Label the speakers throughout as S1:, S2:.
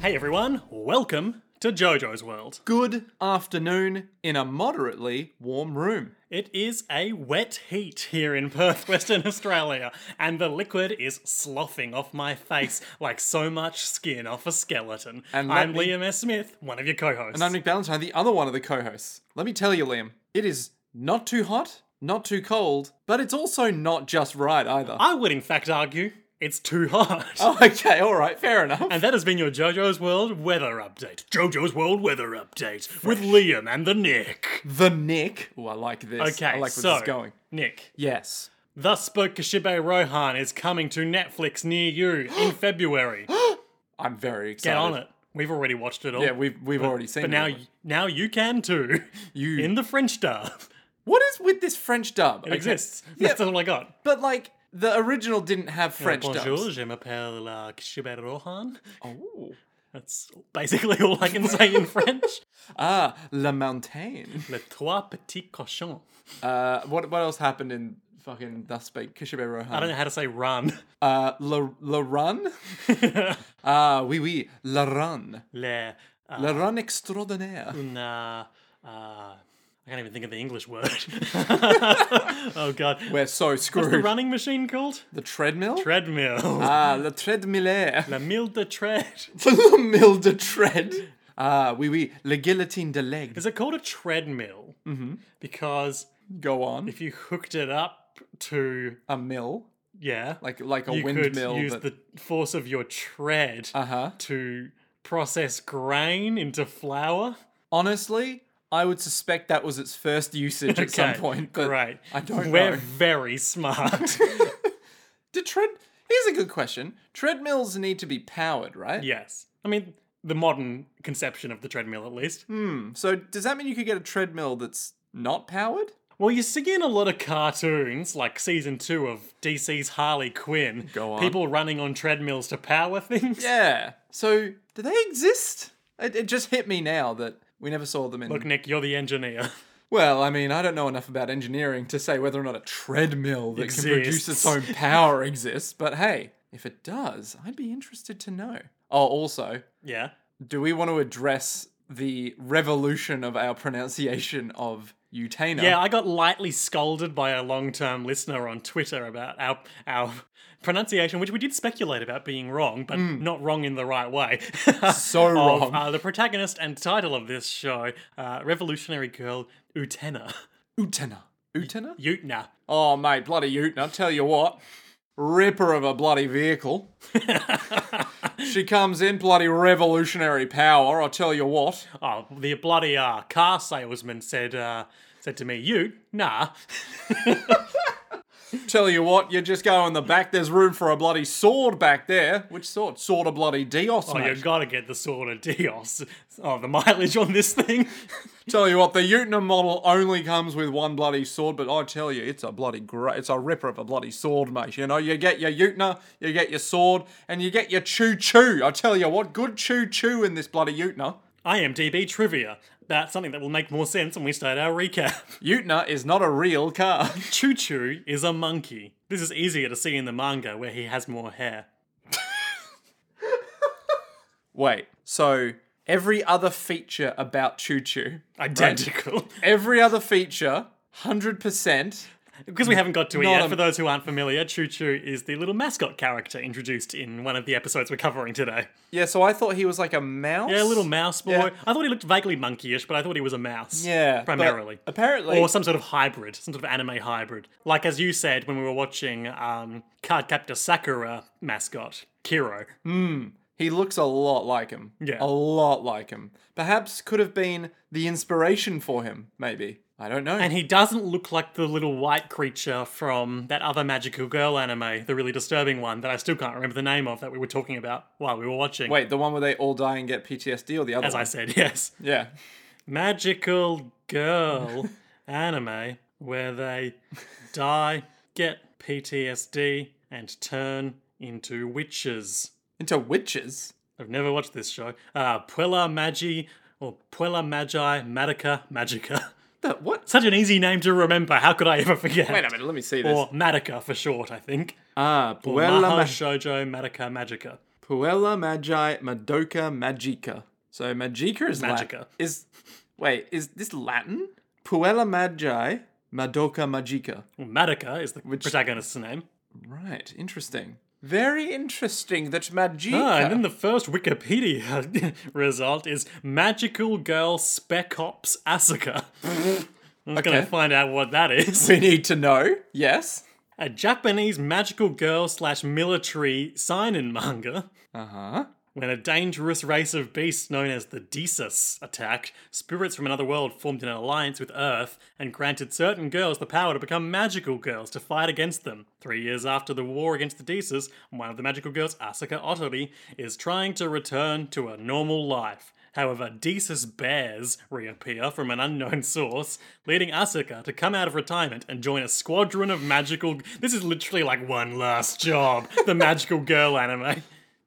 S1: Hey everyone, welcome to JoJo's World.
S2: Good afternoon in a moderately warm room.
S1: It is a wet heat here in Perth, Western Australia, and the liquid is sloughing off my face like so much skin off a skeleton.
S2: And let
S1: I'm
S2: me-
S1: Liam S. Smith, one of your co hosts.
S2: And I'm Nick Ballantyne, the other one of the co hosts. Let me tell you, Liam, it is not too hot, not too cold, but it's also not just right either.
S1: I would, in fact, argue it's too hot.
S2: Oh, okay, alright, fair enough.
S1: And that has been your JoJo's World weather update. JoJo's World weather update with Liam and the Nick.
S2: the Nick. Oh, I like this.
S1: Okay,
S2: I like where
S1: so
S2: this is going.
S1: Nick,
S2: Yes.
S1: thus spoke Kashibe Rohan is coming to Netflix near you in February.
S2: I'm very excited.
S1: Get on it. We've already watched it all.
S2: Yeah, we've we've already seen
S1: But
S2: it.
S1: now, y- now you can too.
S2: You-
S1: in the French dub
S2: What is with this French dub?
S1: It exists. That's all I got.
S2: But like the original didn't have French
S1: Bonjour,
S2: dubs.
S1: je m'appelle uh, Shibet Rohan.
S2: Oh.
S1: That's basically all I can say in French.
S2: Ah, La Montaigne.
S1: Les trois petits cochons.
S2: Uh, what what else happened in fucking Thus Spake Kishibe Rohan?
S1: I don't know how to say run.
S2: Uh, La La Run. Ah, oui oui, La Run,
S1: Le uh,
S2: La Run extraordinaire.
S1: Mm. na- uh, I can't even think of the English word. oh god.
S2: We're so
S1: What's the
S2: screwed. The,
S1: running machine called?
S2: treadmill.
S1: Treadmill.
S2: ah, La Treadmiller.
S1: La mille de tread.
S2: La Mille de Tread. Ah, oui oui, La Guillotine de Leg.
S1: Is it called a treadmill? Mm-hmm. Because
S2: Go on.
S1: if you hooked it up to
S2: A mill,
S1: yeah
S2: like like a
S1: you
S2: windmill.
S1: could use
S2: that,
S1: the force of your tread
S2: uh-huh.
S1: to process grain into flour
S2: Honestly, I would suspect that was its first usage at some
S1: Okay,
S2: point. But
S1: great
S2: I don't
S1: we're
S2: know.
S1: very smart
S2: Did tread? Here's a good question. Treadmills need to be powered, right?
S1: yes i mean the modern conception of the treadmill at least
S2: Mm. So does that mean you could get a treadmill that's not powered?
S1: well you see in a lot of cartoons like season 2 of dc's harley quinn
S2: Go on.
S1: people running on treadmills to power things
S2: Yeah. So do they exist? It, it just hit me now that we never saw them in.
S1: Look, Nick, you're the engineer.
S2: well, I mean, I don't know enough about engineering to say whether or not a treadmill that can produce
S1: Exists.
S2: its own power exists. But hey, if it does, I'd be interested to know. Oh, also,
S1: Yeah.
S2: do we want to address the revolution of our pronunciation of Utena?
S1: Yeah, I got lightly scolded by a long-term listener on Twitter about our our pronunciation, which we did speculate about being wrong, but not wrong in the right way.
S2: Hmm. So
S1: Of,
S2: wrong.
S1: Uh, the protagonist and title of this show, uh, Revolutionary Girl Utena.
S2: Utena. Utena?
S1: Utna.
S2: Oh, mate, bloody Uten, I'll tell you what. Ripper of a bloody vehicle. she comes in, bloody revolutionary power, I'll tell you what.
S1: Oh, the bloody uh, car salesman said uh, said to me, "You nah."
S2: Tell you what, you just go in the back, there's room for a bloody sword back there. Which sword? Sword of bloody Dios,
S1: Oh, you
S2: mate.
S1: gotta get the sword of Dios. Oh, the mileage on this thing.
S2: Tell you what, the Utena model only comes with one bloody sword, but I tell you, it's a bloody great, it's a ripper of a bloody sword, mate. You know, you get your Utena, you get your sword, and you get your choo choo. I tell you what, good choo choo in this bloody Utena.
S1: IMDb trivia. That's something that will make more sense when we start our recap.
S2: Utena is not a real car.
S1: Choo Choo is a monkey. This is easier to see in the manga where he has more hair.
S2: Wait, so every other feature about Choo Choo,
S1: Identical.
S2: every other feature, 100%.
S1: because we haven't got to it
S2: Not
S1: yet,
S2: a-
S1: for those who aren't familiar, Choo Choo is the little mascot character introduced in one of the episodes we're covering today.
S2: Yeah, so I thought he was like a mouse.
S1: Yeah, a little mouse boy.
S2: Yeah.
S1: I thought he looked vaguely monkeyish, but I thought he was a mouse.
S2: Yeah, but
S1: Primarily.
S2: Apparently.
S1: Or some sort of hybrid, some sort of anime hybrid. Like as you said when we were watching um, Cardcaptor Sakura mascot, Kiro.
S2: He looks a lot like him.
S1: Yeah.
S2: A lot like him. Perhaps could have been the inspiration for him, maybe. I don't know.
S1: And he doesn't look like the little white creature from that other magical girl anime, the really disturbing one that I still can't remember the name of that we were talking about while we were watching.
S2: Wait, the one where they all die and get PTSD or the other
S1: As
S2: one?
S1: I said, yes.
S2: Yeah.
S1: Magical girl anime where they die, get PTSD, and turn into witches.
S2: Into witches.
S1: I've never watched this show. Uh, Puella Magi or Puella Magi Madoka Magica.
S2: The, what?
S1: Such an easy name to remember. How could I ever forget?
S2: Wait a minute, let me see this.
S1: Or Madoka for short, I think.
S2: ah,
S1: Maha
S2: Puella Mag-
S1: Shoujo Madoka Magica.
S2: Puella Magi Madoka Magica. So Magica is Lat-
S1: Magica.
S2: is wait, is this Latin? Puella Magi Madoka Magica.
S1: Well, Madoka is the protagonist's name.
S2: Right, interesting. Very interesting that Magica.
S1: Ah, and then the first Wikipedia result is Magical Girl Spec Ops Asuka. I'm going
S2: Okay.
S1: to find out what that is.
S2: we need to know. Yes.
S1: A Japanese magical girl slash military sign in manga.
S2: Uh huh.
S1: When a dangerous race of beasts known as the Desus attacked, spirits from another world formed an alliance with Earth and granted certain girls the power to become magical girls to fight against them. Three years after the war against the Desus, one of the magical girls, Asuka Otori, is trying to return to a normal life. However, Desus bears reappear from an unknown source, leading Asuka to come out of retirement and join a squadron of magical. This is literally like one last job, the magical girl anime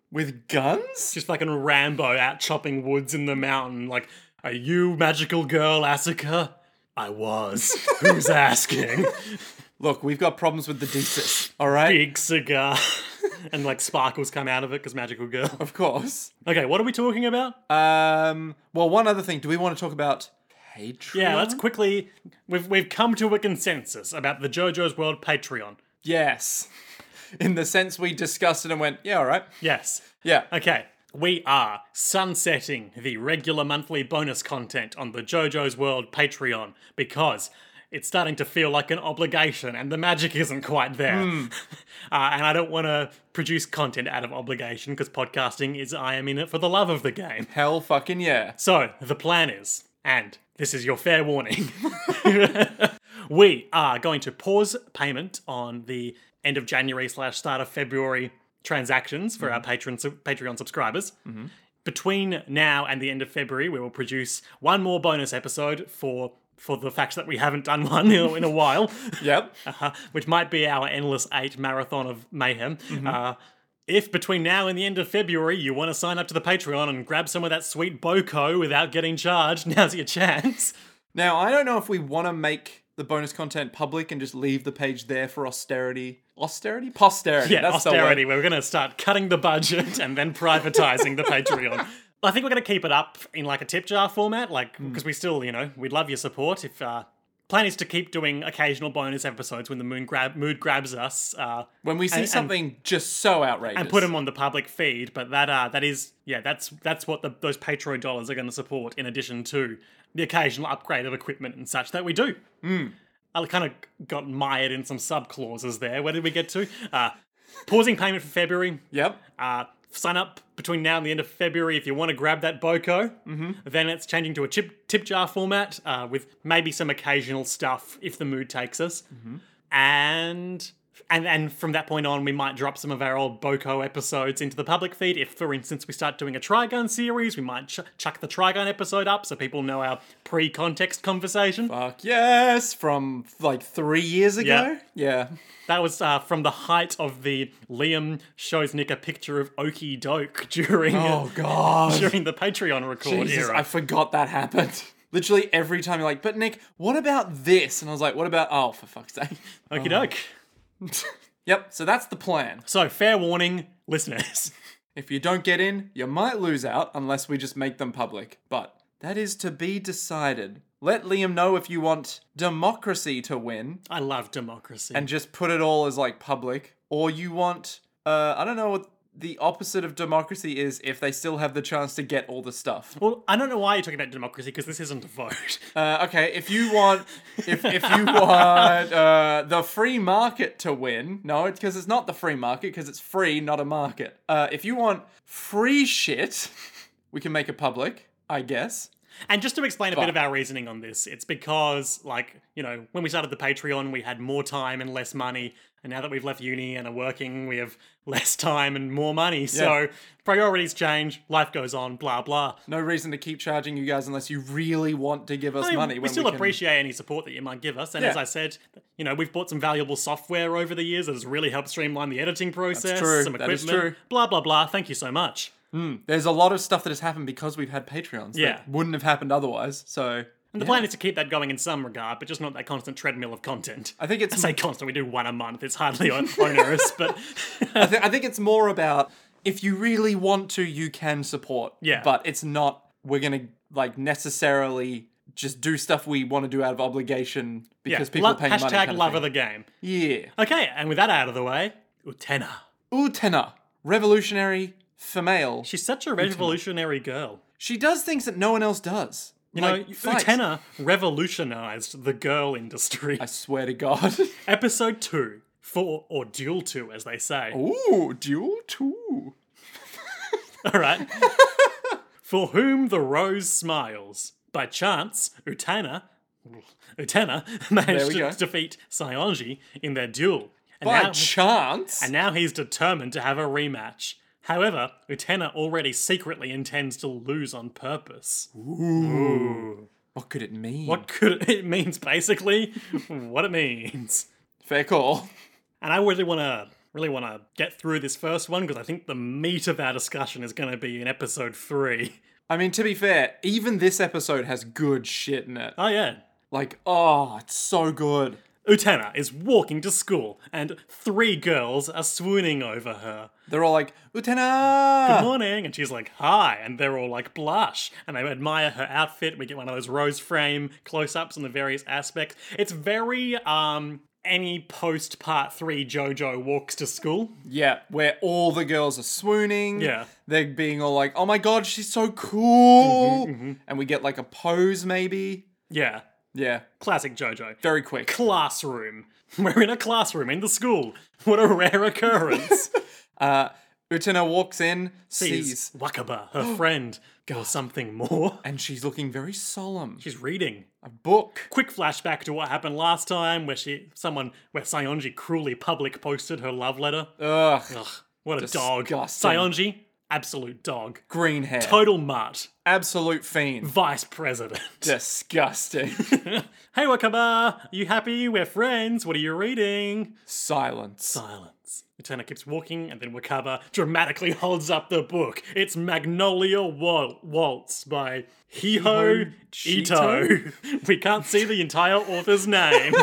S2: With guns?
S1: just fucking Rambo out chopping woods in the mountain. Like, are you magical girl Asuka? I was. Who's asking?
S2: Look, we've got problems with the desis. All right.
S1: Big cigar. and like sparkles come out of it because magical girl.
S2: Of course.
S1: Okay, what are we talking about?
S2: Um. Well, one other thing. Do we want to talk about Patreon?
S1: yeah, let's quickly. We've we've come to a consensus about the JoJo's World Patreon.
S2: Yes. In the sense we discussed it and went, yeah, all right.
S1: Yes.
S2: Yeah.
S1: Okay. We are sunsetting the regular monthly bonus content on the JoJo's World Patreon because it's starting to feel like an obligation and the magic isn't quite there. Uh, and I don't want to produce content out of obligation because podcasting is I am in it for the love of the game.
S2: Hell fucking yeah.
S1: So, the plan is, and this is your fair warning, we are going to pause payment on the end of January slash start of February transactions for our patron, Patreon subscribers. Between now and the end of February, we will produce one more bonus episode for for the fact that we haven't done one in a- in a while.
S2: Yep.
S1: Uh, which might be our endless eight marathon of mayhem.
S2: Mm-hmm.
S1: Uh, if between now and the end of February you want to sign up to the Patreon and grab some of that sweet Boko without getting charged, now's your chance.
S2: Now, I don't know if we want to make the bonus content public and just leave the page there for austerity. Austerity? Posterity.
S1: Yeah,
S2: That's the word.
S1: austerity. We're going to start cutting the budget and then privatizing the Patreon. I think we're going to keep it up in like a tip jar format, like
S2: Mm.
S1: because we still, you know, we'd love your support. If uh, plan is to keep doing occasional bonus episodes when the moon grab mood grabs us. Uh,
S2: When we see
S1: and-
S2: something just so outrageous.
S1: and put them on the public feed. But that uh, that is yeah, that's that's what the, those Patreon dollars are going to support, in addition to the occasional upgrade of equipment and such that we do. I kind of got mired in some sub clauses there. Where did we get to? Uh, pausing payment for February.
S2: Yep.
S1: Uh, sign up between now and the end of February if you want to grab that Boko.
S2: Mm-hmm.
S1: Then it's changing to a chip, tip jar format uh, with maybe some occasional stuff if the mood takes us.
S2: Mm-hmm.
S1: And. And and from that point on, we might drop some of our old Boko episodes into the public feed. If, for instance, we start doing a Trigun series, we might ch- chuck the Trigun episode up so people know our pre-context conversation.
S2: Fuck yes. From like three years ago. Yeah.
S1: That was uh, from the height of the Liam shows Nick a picture of Okie Doke during
S2: Oh, God.
S1: during the Patreon record
S2: Jesus,
S1: era.
S2: I forgot that happened. Literally every time you're like, but Nick, what about this? And I was like, what about, oh, for fuck's sake.
S1: Okie doke.
S2: Yep, so that's the plan.
S1: So, fair warning, listeners.
S2: If you don't get in, you might lose out unless we just make them public. But that is to be decided. Let Liam know if you want democracy to win
S1: I love democracy.
S2: and just put it all as like public, or you want, uh, I don't know what the opposite of democracy is if they still have the chance to get all the stuff.
S1: well, I don't know why you're talking about democracy because this isn't a vote.
S2: Uh, okay, if you want, if if you want uh, the free market to win, no, it's because it's not the free market because it's free, not a market. Uh, if you want free shit, we can make it public, I guess.
S1: And just to explain a bit of our reasoning on this, it's because, like, you know, when we started the Patreon, we had more time and less money. And now that we've left uni and are working, we have less time and more money. So, priorities change, life goes on, blah, blah.
S2: No reason to keep charging you guys unless you really want to give us
S1: I mean,
S2: money.
S1: We
S2: when
S1: still
S2: can-
S1: appreciate any support that you might give us. And
S2: Yeah.
S1: as I said, you know, we've bought some valuable software over the years that has really helped streamline the editing process,
S2: true.
S1: some
S2: That
S1: equipment,
S2: is true.
S1: blah, blah, blah. Thank you so much.
S2: There's a lot of stuff that has happened because we've had Patreons.
S1: Yeah.
S2: that wouldn't have happened otherwise. So
S1: And the plan is to keep that going in some regard, but just not that constant treadmill of content.
S2: I think it's
S1: I say constant, we do one a month. It's hardly on- onerous, but
S2: I, th- I think it's more about if you really want to, you can support.
S1: Yeah.
S2: But it's not, we're going to like necessarily just do stuff we want to do out of obligation because people
S1: lo-
S2: are paying
S1: hashtag
S2: money. kind of
S1: love
S2: thing.
S1: of the game.
S2: Yeah.
S1: Okay, and with that out of the way, Utena.
S2: Utena, revolutionary female.
S1: She's such a revolutionary girl.
S2: She does things that no one else does.
S1: You
S2: Like,
S1: know,
S2: fight.
S1: Utena revolutionized the girl industry.
S2: I swear to God.
S1: Episode 2, for, or Duel 2, as they say.
S2: Ooh, duel two.
S1: All right. For whom the rose smiles. By chance, Utana, Utana managed
S2: we
S1: to
S2: go.
S1: defeat Sionji in their duel. And
S2: By
S1: now,
S2: chance.
S1: and now he's determined to have a rematch. However, Utena already secretly intends to lose on purpose.
S2: what could it mean?
S1: What could it means basically what it means.
S2: Fair call.
S1: And I really want to really want to get through this first one because I think the meat of our discussion is going to be in episode 3.
S2: I mean, to be fair, even this episode has good shit in it.
S1: Oh yeah.
S2: Like, oh, it's so good.
S1: Utena is walking to school, and three girls are swooning over her.
S2: They're all like, Utena!
S1: Morning, and she's like, "Hi," and they're all like, "Blush," and they admire her outfit. We get one of those rose frame close-ups on the various aspects. It's very um any post part three JoJo walks to school.
S2: Yeah, where all the girls are swooning.
S1: Yeah.
S2: They're being all like, oh my god, she's so cool.
S1: Mm-hmm,
S2: And we get like a pose, maybe.
S1: Yeah,
S2: Yeah,
S1: classic JoJo.
S2: very quick.
S1: Classroom. We're in a classroom in the school. What a rare occurrence.
S2: Uh, Utena walks in, sees,
S1: She's Wakaba, her friend, or something more.
S2: and she's looking very solemn.
S1: She's reading.
S2: A book.
S1: quick flashback to what happened last time where she someone where Sionji cruelly public posted her love letter.
S2: Ugh,
S1: Ugh, what a dog.
S2: Disgusting.
S1: Sionji, absolute dog.
S2: green hair.
S1: Total mutt.
S2: Absolute fiend.
S1: Vice president.
S2: Disgusting.
S1: hey Wakaba, you happy? We're friends. What are you reading?
S2: Silence.
S1: Silence. Utena keeps walking, and then Wakaba dramatically holds up the book. It's Magnolia Wal- Waltz by Hiho Ito. we can't see the entire author's name.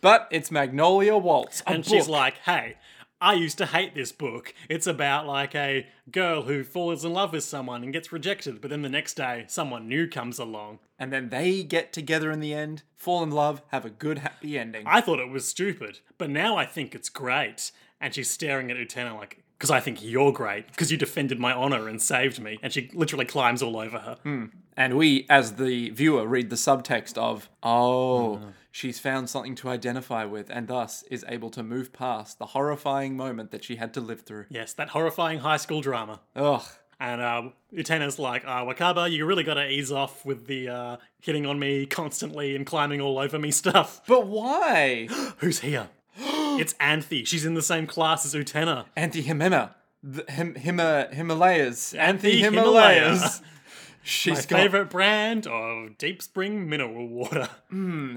S2: But it's Magnolia Waltz. A
S1: and she's
S2: book.
S1: like, "Hey, I used to hate this book. It's about like a girl who falls in love with someone and gets rejected, but then the next day someone new comes along."
S2: and then they get together in the end, fall in love, have a good happy ending.
S1: I thought it was stupid, but now I think it's great. And she's staring at Utena like, "Because I think you're great, because you defended my honor and saved me." And she literally climbs all over her.
S2: And we, as the viewer, read the subtext of, oh,
S1: Mm-hmm.
S2: she's found something to identify with and thus is able to move past the horrifying moment that she had to live through.
S1: Yes, that horrifying high school drama.
S2: Ugh.
S1: And uh, Utena's like, uh, Wakaba, you really gotta ease off with the uh, hitting on me constantly and climbing all over me stuff.
S2: But why?
S1: Who's here? it's Anthe. She's in the same class as Utena.
S2: Anti Himena. The Him- Hima- Himalayas. Anti
S1: Himalaya.
S2: Himalayas. She's
S1: My
S2: got
S1: favorite brand of deep spring mineral water.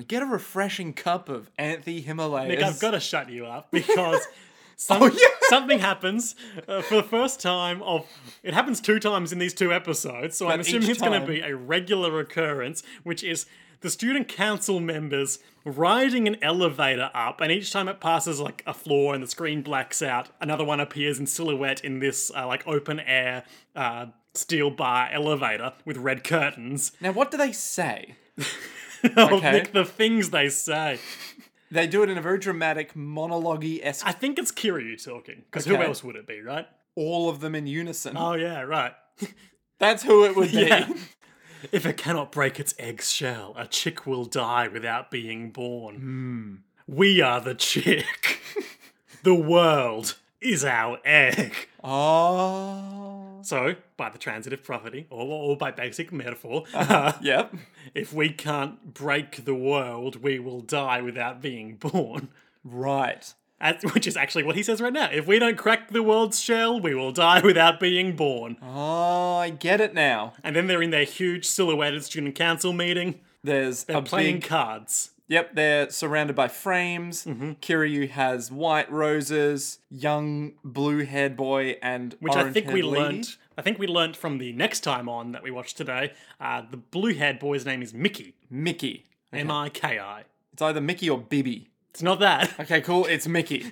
S2: get a refreshing cup of Anti Himalayas.
S1: Nick, I've got to shut you up because some,
S2: Oh, yeah.
S1: something happens uh, for the first time. Of it happens two times in these two episodes, so I'm
S2: But
S1: assuming
S2: each
S1: it's going to
S2: time-
S1: be a regular occurrence, which is the student council members riding an elevator up, and each time it passes like a floor and the screen blacks out, another one appears in silhouette in this uh, like open air. Uh, Steel bar elevator with red curtains.
S2: Now, what do they say?
S1: Oh,
S2: Okay.
S1: Nick, the things they say.
S2: They do it in a very dramatic, monologue esque,
S1: I think it's Kiryu talking, because who
S2: Okay.
S1: else would it be, right?
S2: all of them in unison.
S1: Oh yeah, right.
S2: That's who it would be.
S1: Yeah. if it cannot break its egg's shell, a chick will die without being born. We are the chick. the world is our egg.
S2: Oh.
S1: So, by the transitive property, or, or by basic metaphor,
S2: Yep.
S1: if we can't break the world, we will die without being born.
S2: Right.
S1: As- which is actually what he says right now. If we don't crack the world's shell, we will die without being born.
S2: Oh, I get it now.
S1: And then they're in their huge silhouetted student council meeting.
S2: There's a
S1: playing
S2: big.
S1: cards.
S2: Yep, they're surrounded by frames.
S1: Mm-hmm.
S2: Kiryu has white roses, young blue haired boy, and
S1: which I think we
S2: lady.
S1: learnt. I think we learnt from the next time on that we watched today. Uh, the blue-haired boy's name is Mickey,
S2: Mickey.
S1: M I K I.
S2: It's either Mickey or Bibby.
S1: It's not that,
S2: Okay, cool. It's Mickey.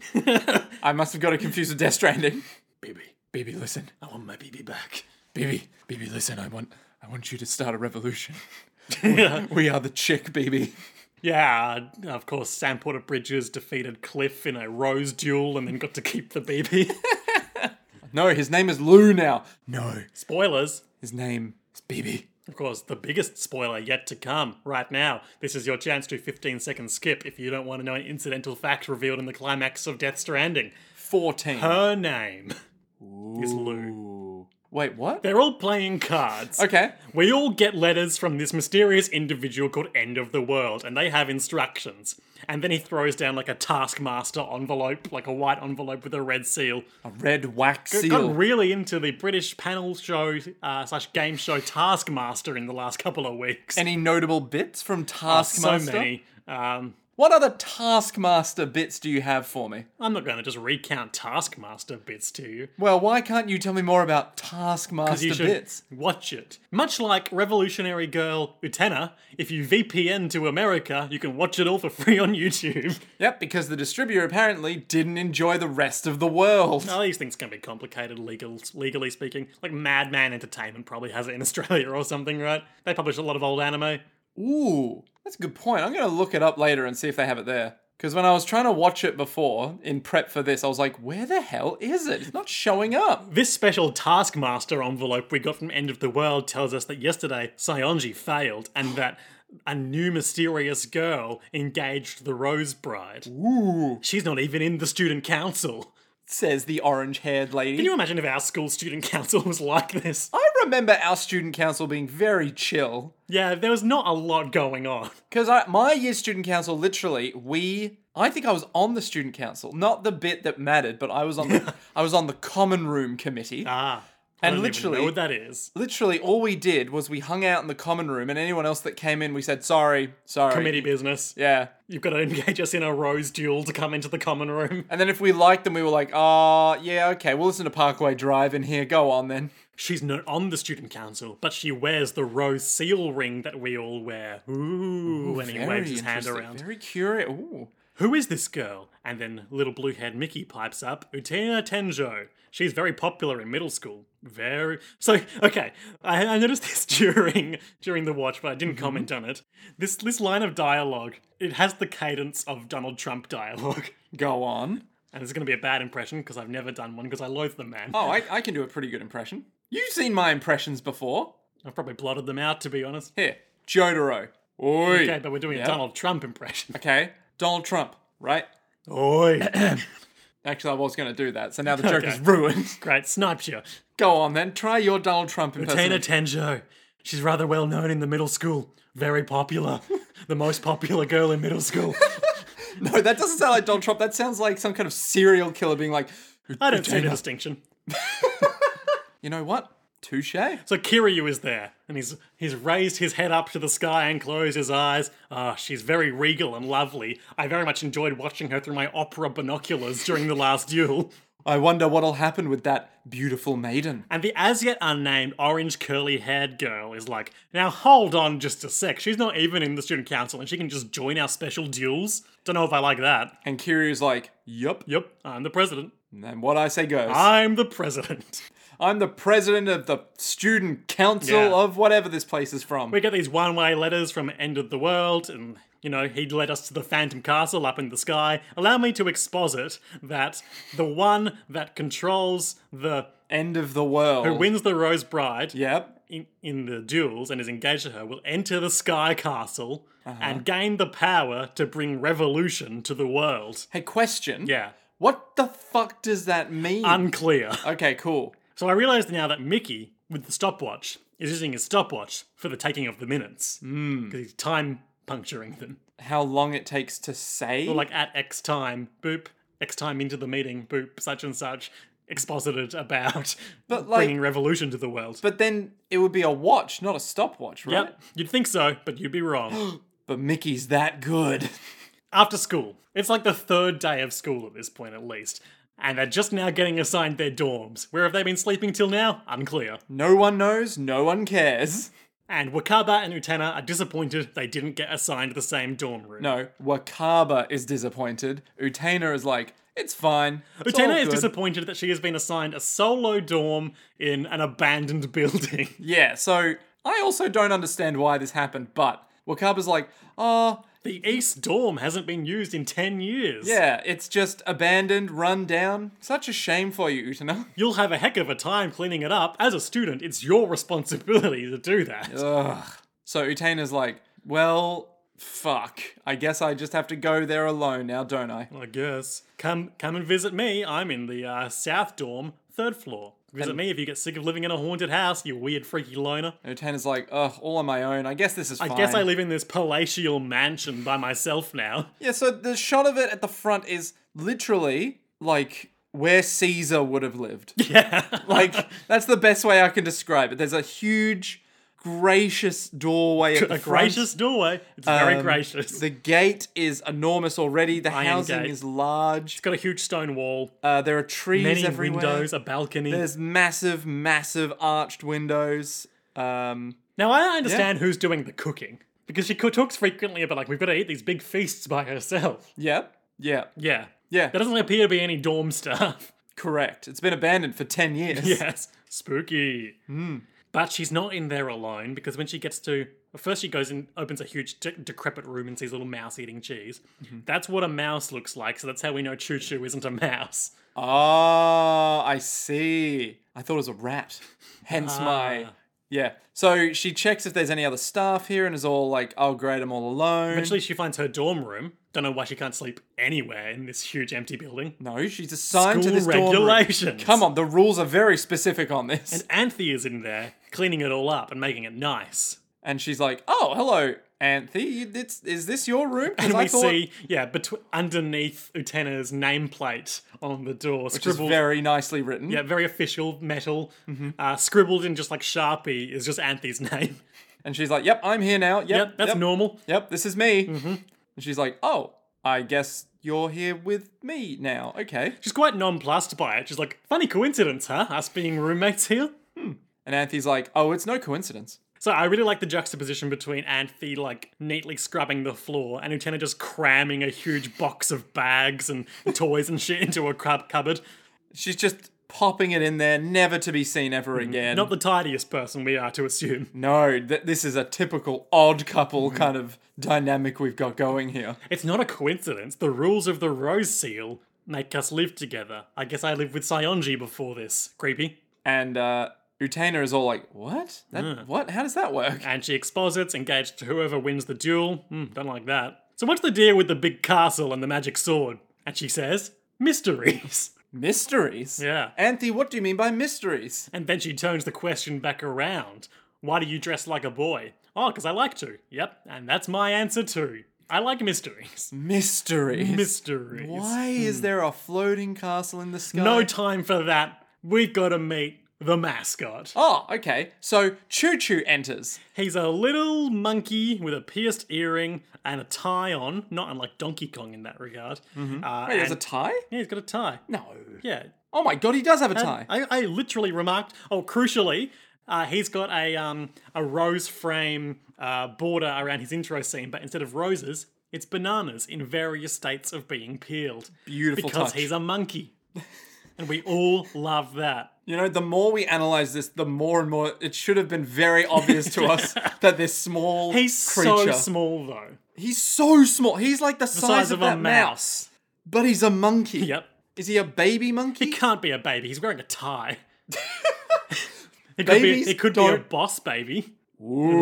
S2: I must have got it confused with Death Stranding.
S1: baby.
S2: BB, listen.
S1: I want my BB back.
S2: BB, BB, listen. I want, I want you to start a revolution. we are the chick, BB.
S1: Yeah, of course, Sam Porter Bridges defeated Cliff in a rose duel and then got to keep the BB.
S2: No, his name is Lou now. No,
S1: Spoilers.
S2: his name is BB.
S1: Of course, the biggest spoiler yet to come right now. This is your chance to 15 second skip if you don't want to know an incidental fact revealed in the climax of Death Stranding.
S2: Fourteen.
S1: Her name is Lou.
S2: Ooh. Wait, what?
S1: They're all playing cards.
S2: Okay.
S1: We all get letters from this mysterious individual called End of the World, and they have instructions. And then he throws down like a Taskmaster envelope, like a white envelope with a red seal.
S2: A red wax seal.
S1: Got really into the British panel show uh, slash game show Taskmaster in the last couple of weeks.
S2: Any notable bits from Taskmaster?
S1: Oh, So many. Um,
S2: What other Taskmaster bits do you have for me?
S1: I'm not going to just recount Taskmaster bits to you.
S2: Well, why can't you tell me more about Taskmaster
S1: You should
S2: bits?
S1: watch it. Much like Revolutionary Girl Utena, if you VPN to America, you can watch it all for free on YouTube.
S2: Yep, because the distributor apparently didn't enjoy the rest of the world.
S1: Now these things can be complicated legal, legally speaking. Like Madman Entertainment probably has it in Australia or something, right? They publish a lot of old anime.
S2: Ooh, that's a good point. I'm going to look it up later and see if they have it there. Because when I was trying to watch it before in prep for this, I was like, where the hell is it? It's not showing up.
S1: This special Taskmaster envelope we got from End of the World tells us that yesterday Sionji failed and that a new mysterious girl engaged the Rose Bride.
S2: Ooh,
S1: She's not even in the student council.
S2: says the orange haired lady.
S1: Can you imagine if our school student council was like this?
S2: I remember our student council being very chill.
S1: Yeah, there was not a lot going on.
S2: Because I my year student council, literally, we I think I was on the student council, not the bit that mattered, but I was on the I was on the common room committee,
S1: Ah. I
S2: and
S1: don't even
S2: literally
S1: know what that is.
S2: literally all we did was we hung out in the common room, and anyone else that came in, we said sorry, sorry,
S1: Committee business.
S2: yeah.
S1: You've got to engage us in a rose duel to come into the common room.
S2: And then if we liked them, we were like, oh, yeah, okay, we'll listen to Parkway Drive in here. Go on then.
S1: She's not on the student council, but she wears the rose seal ring that we all wear. Ooh, and he waves his hand
S2: interesting,
S1: around.
S2: Very curious. Ooh.
S1: Who is this girl? And then little blue haired Mickey pipes up, Utina Tenjo. She's very popular in middle school. Very so okay. I, I noticed this during during the watch, but I didn't comment on it. This this line of dialogue, it has the cadence of Donald Trump dialogue.
S2: Go on.
S1: And it's gonna be a bad impression because I've never done one because I loathe the man.
S2: Oh, I, I can do a pretty good impression. You've seen my impressions before.
S1: I've probably blotted them out to be honest.
S2: Here, Jotaro. Oi.
S1: Okay, but we're doing a Donald Trump impression.
S2: Okay, Donald Trump, right?
S1: Oi.
S2: Actually, I was going to do that, so now the joke is ruined.
S1: Great, sniped you.
S2: Go on then, try your Donald Trump
S1: Tina
S2: impersonation.
S1: Tenjo. She's rather well known in the middle school. Very popular. the most popular girl in middle school.
S2: No, that doesn't sound like Donald Trump. That sounds like some kind of serial killer being like,
S1: I don't see the distinction.
S2: you know what? Touche.
S1: So Kiryu is there, and he's he's raised his head up to the sky and closed his eyes. Ah, she's very regal and lovely. I very much enjoyed watching her through my opera binoculars during the last duel.
S2: I wonder what'll happen with that beautiful maiden.
S1: And the as yet unnamed orange curly haired girl is like, now hold on just a sec. She's not even in the student council, and she can just join our special duels. Don't know if I like that.
S2: And Kiryu's like, yup.
S1: Yep, I'm the president.
S2: And what I say goes.
S1: I'm the president.
S2: I'm the president of the student council
S1: Yeah.
S2: of whatever this place is from.
S1: We get these one way letters from End of the World, and, you know, he led us to the Phantom Castle up in the sky. Allow me to exposit that the one that controls the.
S2: End of the world.
S1: who wins the Rose Bride
S2: Yep.
S1: in, in the duels and is engaged to her will enter the Sky Castle
S2: Uh-huh.
S1: and gain the power to bring revolution to the world.
S2: Hey, question.
S1: Yeah.
S2: What the fuck does that mean?
S1: Unclear.
S2: okay, cool.
S1: So I realized now that Mickey, with the stopwatch, is using his stopwatch for the taking of the minutes.
S2: Hmm.
S1: Because he's time puncturing them.
S2: how long it takes to say.
S1: Like at X time, boop, X time into the meeting, boop, such and such, exposited about
S2: But, like-
S1: bringing revolution to the world.
S2: but then it would be a watch, not a stopwatch, right?
S1: yep, you'd think so, but you'd be wrong.
S2: But Mickey's that good.
S1: After school, it's like the third day of school at this point, at least. And they're just now getting assigned their dorms. Where have they been sleeping till now? Unclear.
S2: No one knows, no one cares.
S1: And Wakaba and Utena are disappointed they didn't get assigned the same dorm room.
S2: No, Wakaba is disappointed. Utena is like, it's fine. It's all
S1: Utena is
S2: good."
S1: disappointed that she has been assigned a solo dorm in an abandoned building.
S2: Yeah, so I also don't understand why this happened, but Wakaba's like, oh,
S1: the East dorm hasn't been used in 10 years.
S2: yeah, it's just abandoned, run down. Such a shame for you, Utena.
S1: You'll have a heck of a time cleaning it up. As a student, it's your responsibility to do that.
S2: Ugh. So Utena's like, well, fuck. I guess I just have to go there alone now, don't I?
S1: I guess. Come come and visit me. I'm in the uh, South dorm, third floor. Visit me if you get sick of living in a haunted house, you weird freaky loner.
S2: And Utena's like, ugh, all on my own. I guess this is fine.
S1: I guess I live in this palatial mansion by myself now.
S2: Yeah, so the shot of it at the front is literally like where Caesar would have lived.
S1: Yeah.
S2: Like, that's the best way I can describe it. There's a huge, gracious doorway at the
S1: a
S2: front.
S1: gracious doorway. It's very
S2: Um,
S1: gracious.
S2: The gate is enormous already. The housing
S1: gate.
S2: is large.
S1: it's got a huge stone wall,
S2: Uh, there are trees
S1: many
S2: everywhere.
S1: windows, a balcony.
S2: There's massive, massive arched windows. Um,
S1: Now I understand who's doing the cooking because she co- talks frequently about like we've got to eat these big feasts by herself.
S2: yeah, yeah,
S1: Yeah,
S2: yeah.
S1: there doesn't appear to be any dorm staff.
S2: Correct. It's been abandoned for ten years.
S1: yes, spooky.
S2: Hmm.
S1: But she's not in there alone because when she gets to well, first she goes and opens a huge de- decrepit room and sees a little mouse eating cheese.
S2: Mm-hmm.
S1: That's what a mouse looks like, so that's how we know Choo Choo isn't a mouse.
S2: Ah, I see. I thought it was a rat. Hence
S1: Ah.
S2: my. Yeah. So she checks if there's any other staff here and is all like, oh, great, I'm all alone.
S1: Eventually, she finds her dorm room. Don't know why she can't sleep anywhere in this huge empty building.
S2: no, she's assigned to
S1: School
S2: this dorm room.
S1: regulations.
S2: Come on, the rules are very specific on this.
S1: And
S2: And,
S1: Anthe is in there cleaning it all up and making it nice.
S2: she's like, oh, hello, Anthe. You- It's, is this your room? 'Cause
S1: And
S2: I
S1: we
S2: thought
S1: see, yeah, betw- underneath Utena's nameplate on the door,
S2: it's
S1: scribbled,
S2: very nicely written.
S1: yeah, very official metal, uh, scribbled in just like Sharpie is just Anthe's name.
S2: And she's like, yep, I'm here now. Yep,
S1: Yep, that's Mm-hmm.
S2: yep,
S1: normal.
S2: Yep, this is me. And she's like, oh, I guess you're here with me now. Okay.
S1: She's quite nonplussed by it. She's like, funny coincidence, huh? Us being roommates here.
S2: And Anthe's like, oh, it's no coincidence.
S1: So I really like the juxtaposition between Anthe like neatly scrubbing the floor and Utena just cramming a huge box of bags and toys and shit into a crab cupboard.
S2: She's just popping it in there, never to be seen ever
S1: Mm-hmm.
S2: again.
S1: Not the tidiest person we are to assume.
S2: no, th- this is a typical odd couple
S1: Mm-hmm.
S2: kind of dynamic we've got going here.
S1: It's not a coincidence. The rules of the Rose Seal make us live together. I guess I lived with Sionji before this. Creepy.
S2: And uh, Utena is all like, what? That, What? How does that work?
S1: And she exposits, engaged to whoever wins the duel. Hmm, don't like that. So what's the deal with the big castle and the magic sword? And she says, mysteries.
S2: Mysteries?
S1: yeah.
S2: Anthe, what do you mean by mysteries?
S1: And then she turns the question back around. Why do you dress like a boy? Oh, because I like to. Yep. And that's my answer too. I like mysteries.
S2: Mysteries.
S1: Mysteries. Hmm.
S2: Why is there a floating castle in the sky?
S1: No time for that. We've got to meet the mascot.
S2: Oh, okay. So Choo Choo enters.
S1: He's a little monkey with a pierced earring and a tie on, not unlike Donkey Kong in that regard. Uh,
S2: Mm-hmm. Wait, there's "Oh, a
S1: and-
S2: tie?
S1: yeah, he's got a tie.
S2: No.
S1: Yeah.
S2: Oh my god, he does have a tie.
S1: I, I literally remarked, oh, crucially, uh, he's got a, um, a rose frame uh, border around his intro scene, but instead of roses, it's bananas in various states of being peeled.
S2: Beautiful
S1: Because
S2: touch.
S1: he's a monkey. and we all love that.
S2: You know, the more we analyze this, the more and more it should have been very obvious to us that this small
S1: He's so
S2: creature.
S1: small, though.
S2: he's so small. He's like the,
S1: The
S2: size, of, that
S1: a
S2: mouse.
S1: mouse.
S2: But he's a monkey.
S1: Yep.
S2: Is he a baby monkey?
S1: He can't be a baby. He's wearing a tie. it could
S2: Babies
S1: be. It could be a
S2: don't-
S1: boss baby.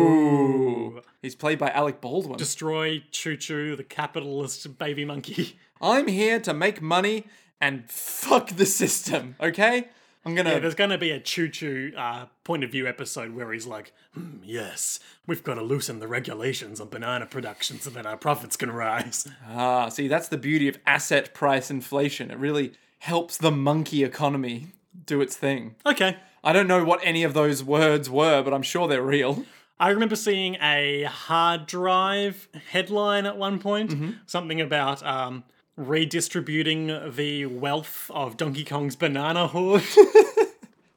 S2: Ooh. He's played by Alec Baldwin.
S1: Destroy Choo Choo, the capitalist baby monkey.
S2: I'm here to make money and fuck the system, okay? I'm gonna
S1: There's going to be a Choo Choo uh, point of view episode where he's like, hmm, "Yes, we've got to loosen the regulations on banana production so that our profits can rise."
S2: Ah, see, that's the beauty of asset price inflation. It really helps the monkey economy do its thing.
S1: Okay.
S2: I don't know what any of those words were, but I'm sure they're real.
S1: I remember seeing a hard drive headline at one point, something about um, redistributing the wealth of Donkey Kong's banana horde.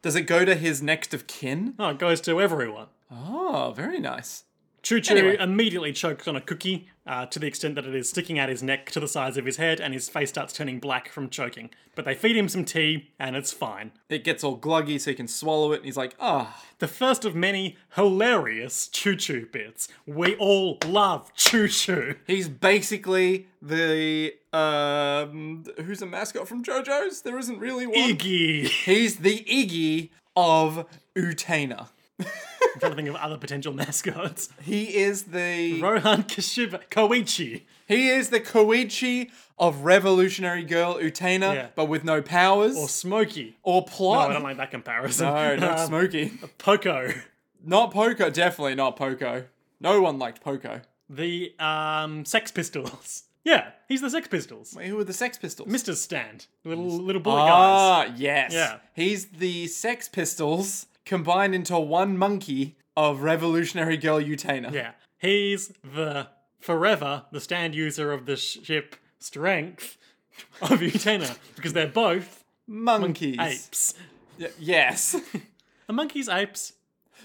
S2: Does it go to his next of kin?
S1: Oh, it goes to everyone.
S2: Oh, very nice.
S1: Choo Choo
S2: Anyway.
S1: immediately chokes on a cookie uh, to the extent that it is sticking out his neck to the size of his head, and his face starts turning black from choking. But they feed him some tea, and it's fine.
S2: It gets all gluggy so he can swallow it, and he's like, ah,
S1: The first of many hilarious Choo Choo bits. We all love Choo Choo.
S2: He's basically the um who's a mascot from JoJo's? There isn't really one.
S1: Iggy.
S2: He's the Iggy of Utena.
S1: I'm trying to think of other potential mascots.
S2: He is the
S1: Rohan Kashiba. Koichi.
S2: he is the Koichi of Revolutionary Girl Utena,
S1: Yeah.
S2: but with no powers
S1: Or
S2: or,
S1: Smokey. Oh,
S2: plot.
S1: I don't like that comparison.
S2: no, not
S1: Um,
S2: Smokey.
S1: Poco.
S2: Not Poco, definitely not Poco. No one liked Poco.
S1: The um, Sex Pistols. Yeah, he's the Sex Pistols.
S2: Wait, who were the Sex Pistols?
S1: Mr. Stand. Little, little bullet guys.
S2: Ah, yes.
S1: Yeah.
S2: He's the Sex Pistols combined into one monkey of Revolutionary Girl Utena.
S1: Yeah. He's the forever the stand user of the sh- ship strength of Utena because they're both
S2: Monkeys.
S1: apes.
S2: Y- yes.
S1: Are monkeys apes?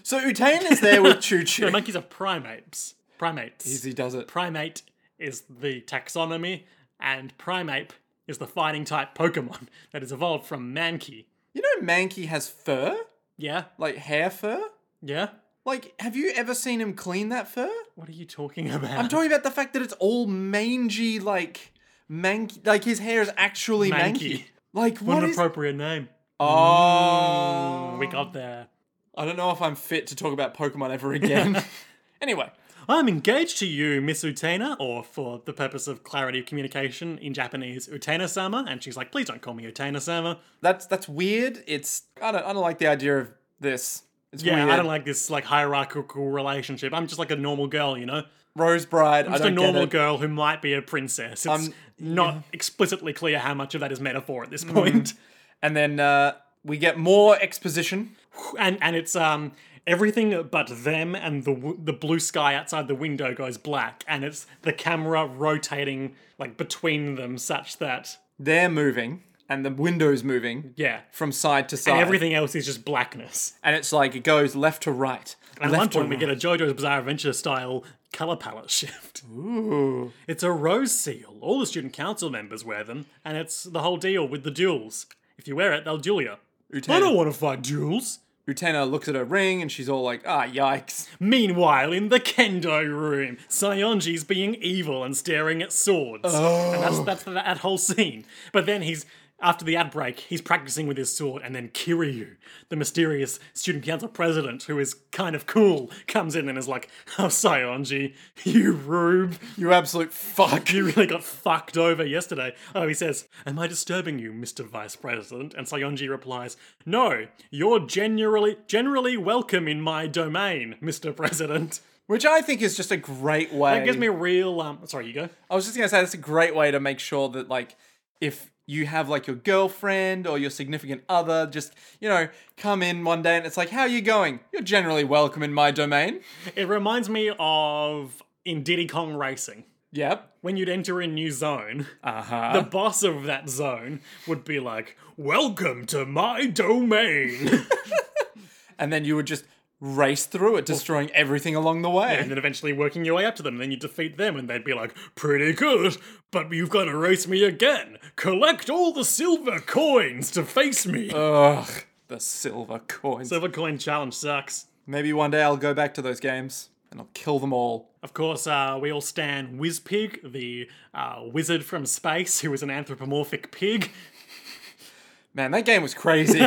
S2: so Utena's there with Choo
S1: The
S2: Choo.
S1: monkeys are primates. Primates.
S2: He does it.
S1: Primate is the taxonomy, and primate is the fighting type Pokemon that has evolved from Mankey.
S2: You know, Mankey has fur?
S1: Yeah?
S2: Like hair fur?
S1: Yeah?
S2: Like, have you ever seen him clean that fur?
S1: What are you talking about?
S2: I'm talking about the fact that it's all mangy, like, manky. Like, his hair is actually manky.
S1: Mankey.
S2: Like,
S1: What
S2: what
S1: an
S2: is.
S1: appropriate name.
S2: oh.
S1: We got there.
S2: I don't know if I'm fit to talk about Pokemon ever again. anyway,
S1: I'm engaged to you, Miss Utena, or for the purpose of clarity of communication in Japanese, Utena sama. And she's like, please don't call me Utena sama.
S2: that's that's weird. It's I don't I don't like the idea of this. It's
S1: Yeah,
S2: weird.
S1: I don't like this like hierarchical relationship. I'm just like a normal girl, you know?
S2: Rose Bride. I
S1: Just
S2: don't
S1: a normal
S2: get it.
S1: girl who might be a princess. It's
S2: I'm- Mm.
S1: not explicitly clear how much of that is metaphor at this point.
S2: And then uh, we get more exposition.
S1: And and it's um everything but them and the w- the blue sky outside the window goes black and it's the camera rotating like between them such that
S2: They're moving, and the window's moving
S1: yeah.
S2: from side to side.
S1: Everything else is just blackness.
S2: And it's like it goes left to right.
S1: At
S2: left
S1: one point, we
S2: to
S1: get a JoJo's Bizarre Adventure style color palette shift. Ooh. It's a rose seal. All the student council members wear them, and it's the whole deal with the duels. If you wear it, they'll duel you. I don't
S2: Utena,
S1: want to fight duels.
S2: Utena looks at her ring, and she's all like, "Ah, yikes."
S1: Meanwhile, in the kendo room, Sayonji's being evil and staring at swords. And that's, that's that whole scene. But then he's, after the ad break, he's practicing with his sword, and then Kiryu, the mysterious student council president who is kind of cool, comes in and is like, Oh, Sayonji, you rube,
S2: You absolute fuck.
S1: you really got fucked over yesterday. Oh, he says, Am I disturbing you, Mr. Vice President? And Sayonji replies, No, you're generally generally welcome in my domain, Mr. President.
S2: Which I think is just a great way.
S1: That gives me real um sorry, you go.
S2: I was just gonna say that's a great way to make sure that like if you have like your girlfriend or your significant other, just you know, come in one day and it's like, how are you going? You're generally welcome in my domain.
S1: It reminds me of in Diddy Kong Racing.
S2: Yep.
S1: When you'd enter a new zone,
S2: Uh huh.
S1: the boss of that zone would be like, Welcome to my domain.
S2: And then you would just race through it, destroying everything along the way.
S1: and then eventually working your way up to them. Then you defeat them, and they'd be like, "Pretty good, but you've got to race me again. Collect all the silver coins to face me."
S2: Ugh, the silver coins.
S1: silver coin challenge sucks.
S2: Maybe one day I'll go back to those games and I'll kill them all.
S1: Of course, uh, we all stand Whizpig, the uh, wizard from space, who is an anthropomorphic pig.
S2: Man, that game was crazy.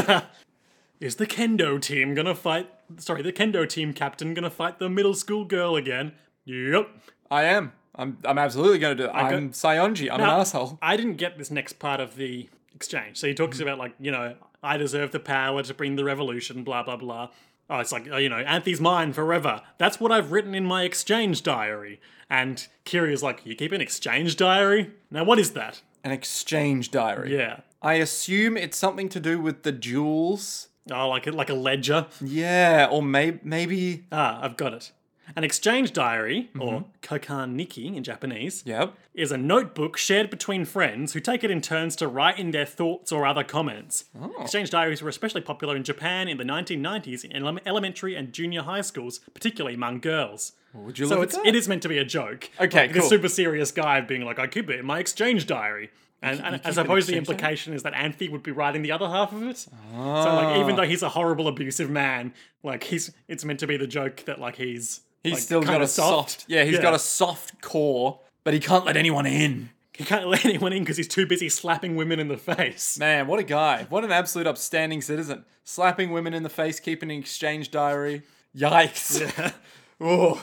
S1: Is the kendo team gonna fight? Sorry, the kendo team captain gonna fight the middle school girl again? Yep.
S2: I am. I'm. I'm absolutely gonna do it. I'm Sayonji. I'm an asshole.
S1: I didn't get this next part of the exchange. So he talks about like, you know, I deserve the power to bring the revolution, blah blah blah. Oh, it's like, oh, you know, Anthony's mine forever. That's what I've written in my exchange diary. And Kiri's like, you keep an exchange diary? Now what is that?
S2: An exchange diary.
S1: Yeah.
S2: I assume it's something to do with the jewels.
S1: Oh, like a- like a ledger.
S2: Yeah, or may- maybe
S1: Ah, I've got it. An exchange diary, or kakaniki in Japanese,
S2: Yep.
S1: is a notebook shared between friends who take it in turns to write in their thoughts or other comments.
S2: Oh.
S1: Exchange diaries were especially popular in Japan in the 1990s in ele- elementary and junior high schools, particularly among girls.
S2: Would you
S1: So
S2: look
S1: it's,
S2: at that?
S1: it is meant to be a joke.
S2: Okay,
S1: like,
S2: cool.
S1: This super serious guy being like, I keep it in my exchange diary. And, and I
S2: keep an
S1: suppose the
S2: exchange
S1: implication is that Anthe would be writing the other half of it. So like,
S2: Ah.
S1: even though he's a horrible, abusive man, like he's it's meant to be the joke that like he's
S2: He's
S1: like,
S2: still got
S1: kinda
S2: a soft. Yeah, he's got a soft core, but he can't let anyone in.
S1: He can't let anyone in because he's too busy slapping women in the face.
S2: Man, what a guy. What an absolute upstanding citizen. Slapping women in the face, keeping an exchange diary. Yikes. Ugh.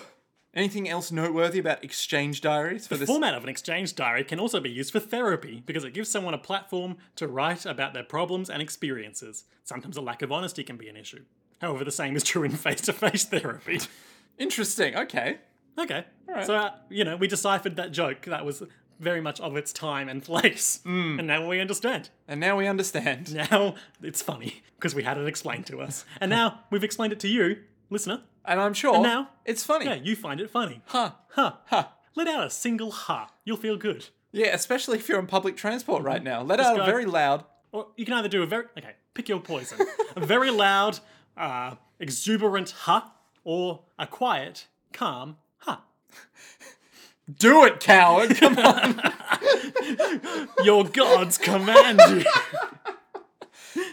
S2: Anything else noteworthy about exchange diaries for this?
S1: format of an exchange diary can also be used for therapy because it gives someone a platform to write about their problems and experiences. Sometimes a lack of honesty can be an issue. However, the same is true in face to face therapy.
S2: Interesting. Okay.
S1: Okay. So, uh, you know, we deciphered that joke that was very much of its time and place. And now we understand.
S2: And now we understand.
S1: Now it's funny because we had it explained to us. And now we've explained it to you, listener.
S2: And I'm sure
S1: now-
S2: it's funny.
S1: Yeah, you find it funny.
S2: Huh.
S1: Huh.
S2: Huh.
S1: Let out a single ha. You'll feel good.
S2: Yeah, especially if you're on public transport
S1: Mm-hmm.
S2: right now. Let out a
S1: guy-
S2: very loud.
S1: Or you can either do a very okay, pick your poison. a very loud, uh, exuberant ha, or a quiet, calm ha.
S2: Do it, coward. Come on.
S1: Your gods command you.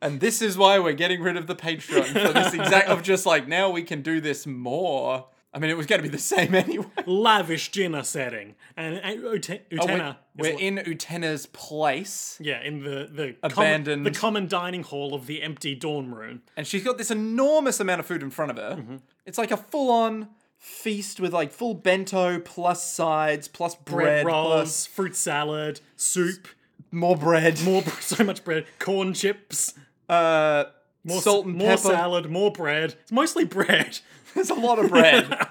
S2: And this is why we're getting rid of the Patreon for this exact of just like now we can do this more. I mean, it was going to be the same anyway.
S1: Lavish dinner setting, and uh, Ute- Utena.
S2: Oh, We're, we're
S1: is,
S2: in Utena's place,
S1: yeah, in the the
S2: Abandoned.
S1: common, the common dining hall of the empty dorm room.
S2: and she's got this enormous amount of food in front of her.
S1: Mm-hmm.
S2: It's like a full-on feast with like full bento plus sides plus bread,
S1: Bread
S2: plus
S1: rolls, fruit salad, soup,
S2: more bread,
S1: more so much bread, corn chips,
S2: uh,
S1: more
S2: salt and
S1: more
S2: pepper.
S1: salad, more bread. It's mostly bread.
S2: There's a lot of bread.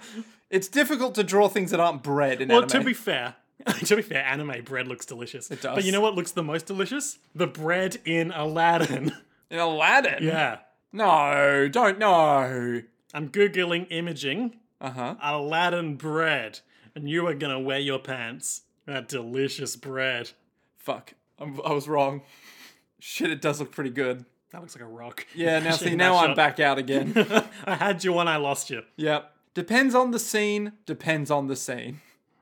S2: it's difficult to draw things that aren't bread in
S1: Well,
S2: anime.
S1: to be fair, to be fair, anime bread looks delicious. It
S2: does.
S1: But you know what looks the most delicious? The bread in Aladdin.
S2: in Aladdin,
S1: yeah.
S2: no, don't know.
S1: I'm googling imaging
S2: Uh huh.
S1: Aladdin bread, and you are gonna wear your pants. That delicious bread.
S2: Fuck. I'm, I was wrong. Shit, it does look pretty good.
S1: That looks like a rock.
S2: Yeah, now
S1: Actually,
S2: see,
S1: in
S2: now I'm
S1: that
S2: back out again.
S1: shot- I had you when I lost you,
S2: yep. Depends on the scene, depends on the scene.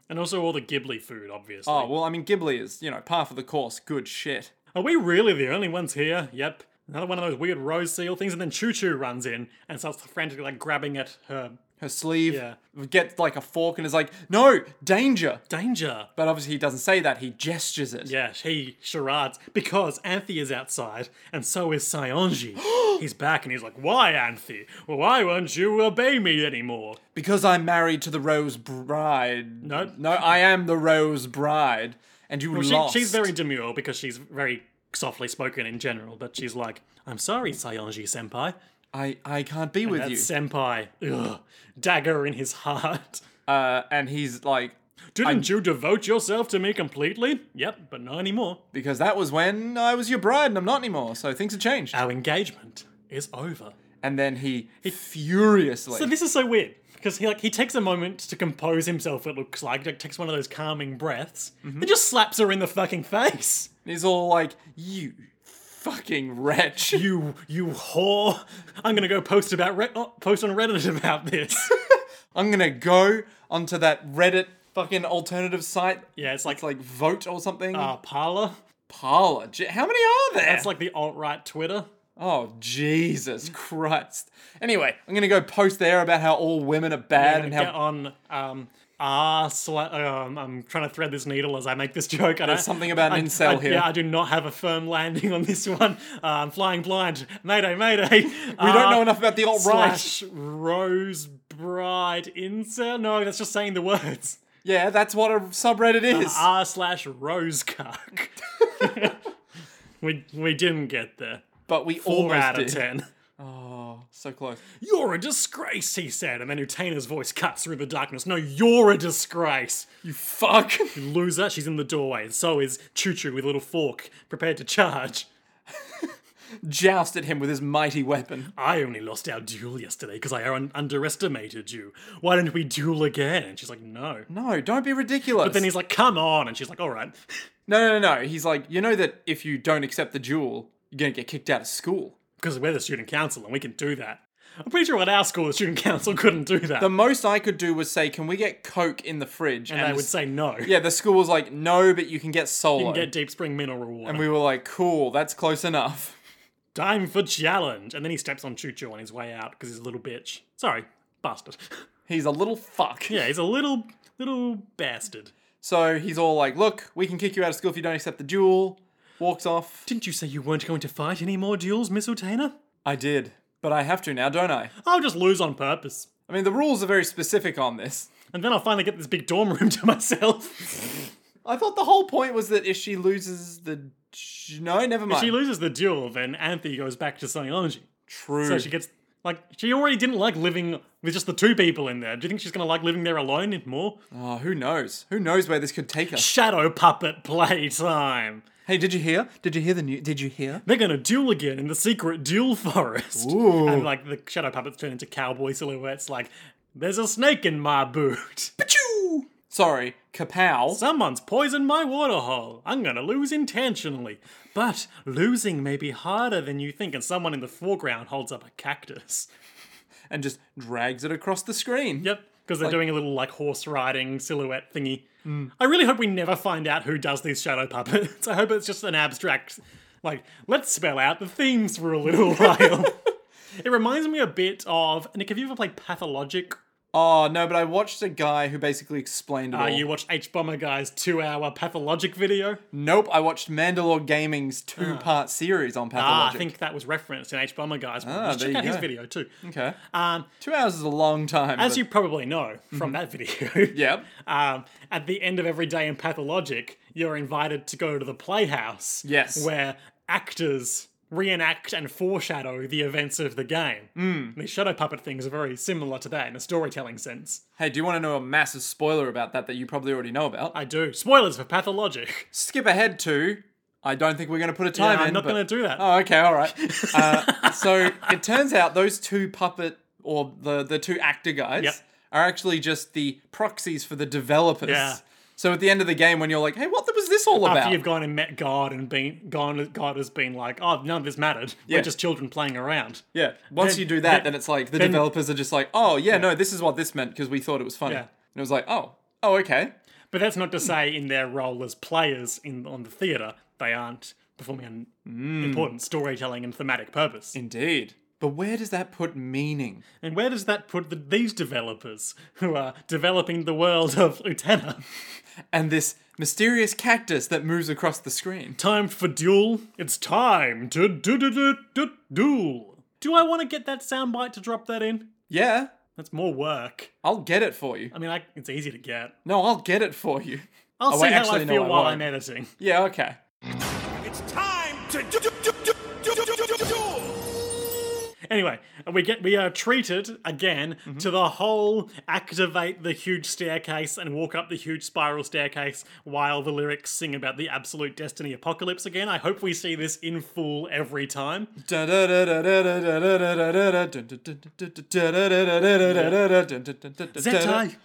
S1: and also all the Ghibli food, obviously.
S2: Oh, well, I mean, Ghibli is, you know, par for the course. Good shit.
S1: Are we really the only ones here? Yep. Another one of those weird rose seal things, and then Choo Choo runs in and starts frantically like grabbing at her
S2: Her sleeve
S1: Yeah.
S2: gets like a fork and is like, no, danger.
S1: danger.
S2: But obviously, he doesn't say that, he gestures it.
S1: Yeah, he charades because Anthe is outside, and so is Sionji. he's back, and he's like, "Why, Anthe? Why won't you obey me anymore?"
S2: Because I'm married to the Rose Bride.
S1: No.
S2: No, I am the Rose Bride. And you
S1: She,
S2: lost.
S1: she's very demure because she's very softly spoken in general, but she's like, "I'm sorry, Sionji senpai."
S2: I, I can't be with
S1: That
S2: you.
S1: senpai, ugh, dagger in his heart.
S2: Uh, and he's like,
S1: Didn't you devote yourself to me completely? Yep, but not anymore.
S2: because that was when I was your bride and I'm not anymore, so things have changed.
S1: Our engagement is over.
S2: And then he, furiously.
S1: So this is so weird because he like he takes a moment to compose himself. It looks like like takes one of those calming breaths. Then just slaps her in the fucking face.
S2: he's all like, you fucking wretch.
S1: You you whore! I'm gonna go post about Re- oh, post on Reddit about this.
S2: I'm gonna go onto that Reddit fucking alternative site.
S1: yeah, it's like
S2: It's like Vote or something.
S1: uh, Parler.
S2: Parler. J- How many are there?
S1: It's like the alt right Twitter.
S2: oh, Jesus Christ. Anyway, I'm gonna go post there about how all women are bad and
S1: And
S2: how.
S1: get on um ah sla- um, I'm trying to thread this needle as I make this joke. and I-
S2: There's something about an
S1: I-
S2: incel
S1: I-
S2: here.
S1: Yeah, I do not have a firm landing on this one. Uh, I'm flying blind. Mayday, mayday. we
S2: we don't know enough about the alt right.
S1: Uh, slash Rose Bride Insta. No, that's just saying the words.
S2: Yeah, that's what a subreddit is.
S1: R slash Rose Cock. we we didn't get there.
S2: but we
S1: Four
S2: almost
S1: out of
S2: did.
S1: ten.
S2: So close.
S1: You're a disgrace, he said, and then Utena's voice cuts through the darkness. No, you're a disgrace. You
S2: Fuck.
S1: f***ing loser. She's in the doorway, and so is Choo Choo with a little fork, prepared to charge.
S2: joust at him with his mighty weapon.
S1: I only lost our duel yesterday because I un- underestimated you. Why don't we duel again? And she's like, no.
S2: No, don't be ridiculous.
S1: But then he's like, come on. And she's like, all right.
S2: no, no, no, no. He's like, you know that if you don't accept the duel, you're gonna get kicked out of school.
S1: Because we're the student council and we can do that. I'm pretty sure at our school, the student council couldn't do that.
S2: The most I could do was say, can we get Coke in the fridge?
S1: and they would say no.
S2: yeah, the school was like, no, but you can get Solo.
S1: And get deep spring mineral water.
S2: and we were like, cool, that's close enough.
S1: Time for challenge. And then he steps on Chuchu on his way out because he's a little bitch. Sorry, bastard.
S2: He's a little fuck.
S1: yeah, he's a little, little bastard.
S2: So he's all like, look, we can kick you out of school if you don't accept the duel. Walks off.
S1: Didn't you say you weren't going to fight any more duels, Miss Utena?
S2: I did, but I have to now, don't I?
S1: I'll just lose on purpose.
S2: I mean, the rules are very specific on this.
S1: And then I'll finally get this big dorm room to myself.
S2: I thought the whole point was that if she loses the. j- No, never mind.
S1: she loses the duel, then Anthe goes back to Sciology.
S2: True.
S1: So she gets, like, she already didn't like living with just the two people in there. Do you think she's going to like living there alone more?
S2: oh, who knows? Who knows where this could take us?
S1: Shadow puppet playtime.
S2: Hey, did you hear? Did you hear the new? Did you hear?
S1: They're going to duel again in the secret duel forest.
S2: Ooh.
S1: And, like, the shadow puppets turn into cowboy silhouettes, like, there's a snake in my boot.
S2: Pachoo! Sorry, kapow.
S1: Someone's poisoned my water hole. I'm gonna lose intentionally. But losing may be harder than you think, and someone in the foreground holds up a cactus.
S2: And just drags it across the screen.
S1: Yep, because they're doing a little like horse riding silhouette thingy.
S2: Mm.
S1: I really hope we never find out who does these shadow puppets. I hope it's just an abstract, like, let's spell out the themes for a little while. it reminds me a bit of Nick, have you ever played Pathologic?
S2: Oh no, but I watched a guy who basically explained it
S1: Uh,
S2: all.
S1: you watched H Bomber Guy's two hour Pathologic video?
S2: Nope, I watched Mandalore Gaming's two-part series on
S1: Ah,
S2: Pathologic.
S1: I think that was referenced in H Bomber Guy's one.
S2: Ah,
S1: Just
S2: there
S1: check
S2: you
S1: out his
S2: go. Mm.
S1: video too.
S2: okay,
S1: Um,
S2: two hours is a long time.
S1: as
S2: but-
S1: you probably know
S2: Mm-hmm.
S1: from that video,
S2: yep,
S1: um, at the end of every day in Pathologic, you're invited to go to the Playhouse.
S2: Yes.
S1: Where actors reenact and foreshadow the events of the game.
S2: Hmm.
S1: Mm. These shadow puppet things are very similar to that in a storytelling sense.
S2: hey, do you want to know a massive spoiler about that that you probably already know about?
S1: I do. Spoilers for Pathologic.
S2: Skip ahead to. I don't think we're going to put a time
S1: Yeah,
S2: in.
S1: I'm not
S2: but-
S1: going to do that.
S2: Oh, okay, all right. Uh, so it turns out those two puppet or the the two actor guys
S1: Yep.
S2: are actually just the proxies for the developers.
S1: Yeah.
S2: So at the end of the game, when you're like, "Hey, what was this all
S1: After
S2: about?"
S1: you've gone and met God and been gone, God has been like, "Oh, none of this mattered.
S2: Yeah.
S1: We're just children playing around."
S2: yeah. Once
S1: then-
S2: you do that,
S1: then-
S2: then, it's like the
S1: then-
S2: developers are just like, "Oh, yeah, no, this is what this meant because we thought it was funny."
S1: Yeah.
S2: And it was like, "Oh, oh, okay."
S1: But that's
S2: Hmm.
S1: not to say in their role as players in on the theatre, they aren't performing an
S2: Hmm.
S1: important storytelling and thematic purpose.
S2: Indeed. But where does that put meaning?
S1: And where does that put the, these developers who are developing the world of Utena?
S2: And this mysterious cactus that moves across the screen.
S1: Time for duel. It's time to do do do do duel. Do I want to get that soundbite to drop that in?
S2: Yeah,
S1: That's more work.
S2: I'll get it for you.
S1: I mean, I, it's easy to get.
S2: No, I'll get it for you.
S1: I'll
S2: Oh,
S1: see
S2: wait,
S1: how
S2: actually,
S1: I
S2: no,
S1: feel
S2: I
S1: while
S2: won't.
S1: I'm editing.
S2: Yeah, okay.
S3: It's time to do, do, do, do, do, do, do, do, do.
S1: Anyway, we get we are treated again
S2: Mm-hmm.
S1: to the whole activate the huge staircase and walk up the huge spiral staircase while the lyrics sing about the absolute destiny apocalypse again. I hope we see this in full every time.
S2: Zetai.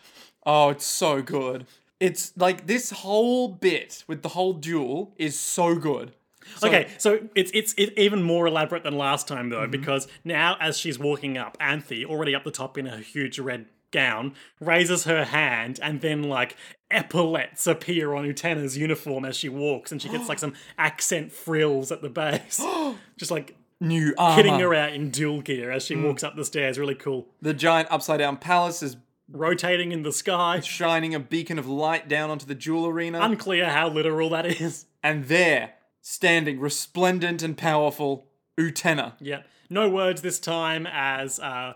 S2: Oh, it's so good. It's like this whole bit with the whole duel is so good. So-
S1: Okay, so it's it's it even more elaborate than last time though, because now as she's walking up, Anthe, already up the top in her huge red gown, raises her hand and then like epaulets appear on Utena's uniform as she walks, and she gets like some accent frills at the base, just like
S2: New
S1: hitting
S2: armor.
S1: her out in dual gear as she walks up the stairs. Really cool,
S2: The giant upside down palace is
S1: rotating in the sky.
S2: shining a beacon of light down onto the jewel arena.
S1: Unclear how literal that is.
S2: And there, standing resplendent and powerful, Utena.
S1: Yep. No words this time as uh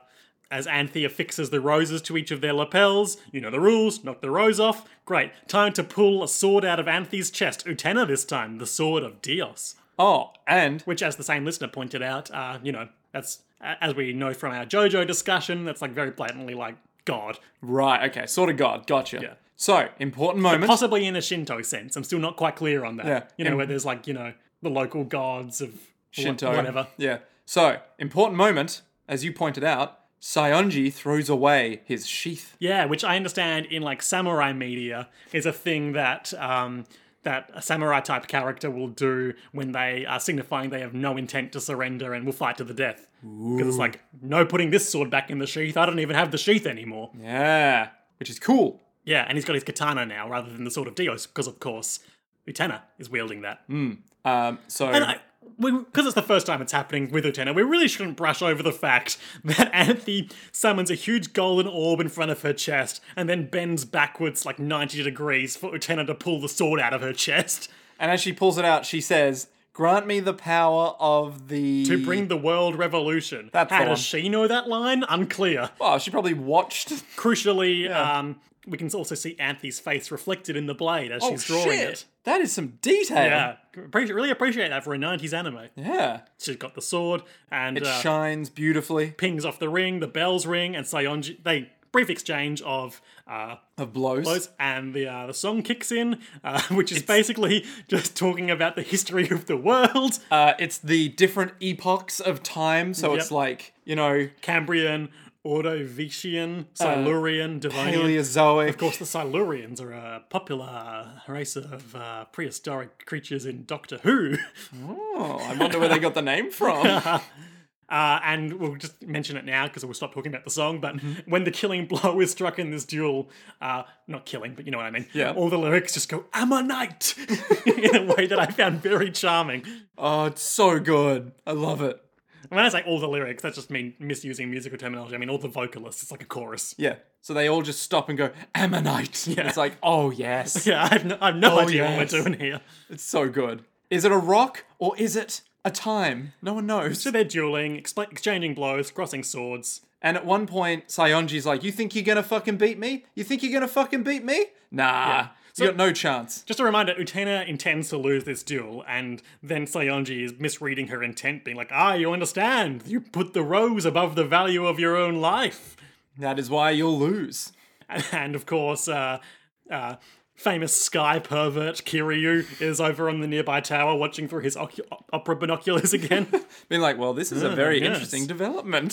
S1: as Anthea fixes the roses to each of their lapels. You know the rules, knock the rose off. Great. Time to pull a sword out of Anthea's chest. Utena this time, the sword of Dios.
S2: Oh, and
S1: Which as the same listener pointed out, uh, you know, that's a- as we know from our JoJo discussion, that's like very blatantly like God.
S2: right, okay, sort of God, gotcha. So, important moment.
S1: Possibly in a Shinto sense. I'm still not quite clear on that.
S2: Yeah.
S1: You know,
S2: And-
S1: where there's like, you know, the local gods of
S2: Shinto.
S1: whatever.
S2: Yeah. So, important moment, as you pointed out, Sionji throws away his sheath.
S1: Yeah, which I understand in like samurai media is a thing that um, that a samurai type character will do when they are signifying they have no intent to surrender and will fight to the death. Because it's like no putting this sword back in the sheath. I don't even have the sheath anymore. Yeah,
S2: Yeah. Which is cool.
S1: and he's got his katana now rather than the sword of Dios because of course Utena is wielding that.
S2: Um, so,
S1: And I, because it's the first time it's happening with Utena, we really shouldn't brush over the fact that Anthe summons a huge golden orb in front of her chest and then bends backwards like 90 degrees for Utena to pull the sword out of her chest
S2: and as she pulls it out, she says, Grant me the power of the.
S1: to bring the world revolution.
S2: Hmm. That's
S1: How
S2: the
S1: does
S2: one.
S1: she know that line? Unclear.
S2: Well, she probably watched.
S1: Crucially, um, we can also see Anthe's face reflected in the blade as she's drawing
S2: Oh, shit.
S1: it.
S2: That is some detail.
S1: Yeah, appreciate, really appreciate that for a 90s anime.
S2: Yeah.
S1: She's got the sword and
S2: It
S1: uh,
S2: shines beautifully.
S1: pings off the ring, the bells ring, and Sayonji. They brief exchange of uh,
S2: Of blows.
S1: blows, and the uh, the song kicks in, uh, which is basically just talking about the history of the world,
S2: Uh, it's the different epochs of time. So
S1: Yep.
S2: it's like, you know,
S1: Cambrian, Ordovician, Silurian, Devonian.
S2: Paleozoic.
S1: Of course, the Silurians are a popular race of uh, prehistoric creatures in Doctor Who.
S2: Oh, I wonder where they got the name from.
S1: Uh, and we'll just mention it now because we'll stop talking about the song. But
S2: Mm-hmm.
S1: when the killing blow is struck in this duel, uh, not killing, but you know what I mean.
S2: Yeah.
S1: All the lyrics just go "Ammonite" in a way that I found very charming.
S2: Oh, it's so good. I love it.
S1: When I say all the lyrics, that's just mean misusing musical terminology. I mean all the vocalists. It's like a chorus.
S2: Yeah. So they all just stop and go, Ammonite. It's like, oh, yes.
S1: Yeah, I have no, I have no
S2: Oh,
S1: idea
S2: yes.
S1: what we're doing here.
S2: It's so good. Is it a rock or is it a time? No one knows.
S1: So they're dueling, expla exchanging blows, crossing swords.
S2: And at one point, Sionji's like, You think you're gonna fucking beat me? You think you're gonna fucking beat me? Nah. you got no chance.
S1: Just a reminder, Utena intends to lose this duel, and then Sayonji is misreading her intent, being like, ah, you understand, you put the rose above the value of your own life.
S2: That is why you'll lose.
S1: And of course, uh, uh, famous sky pervert Kiryu is over on the nearby tower watching through his ocu- opera binoculars again.
S2: Being like, Well, this is a very
S1: yes.
S2: interesting development.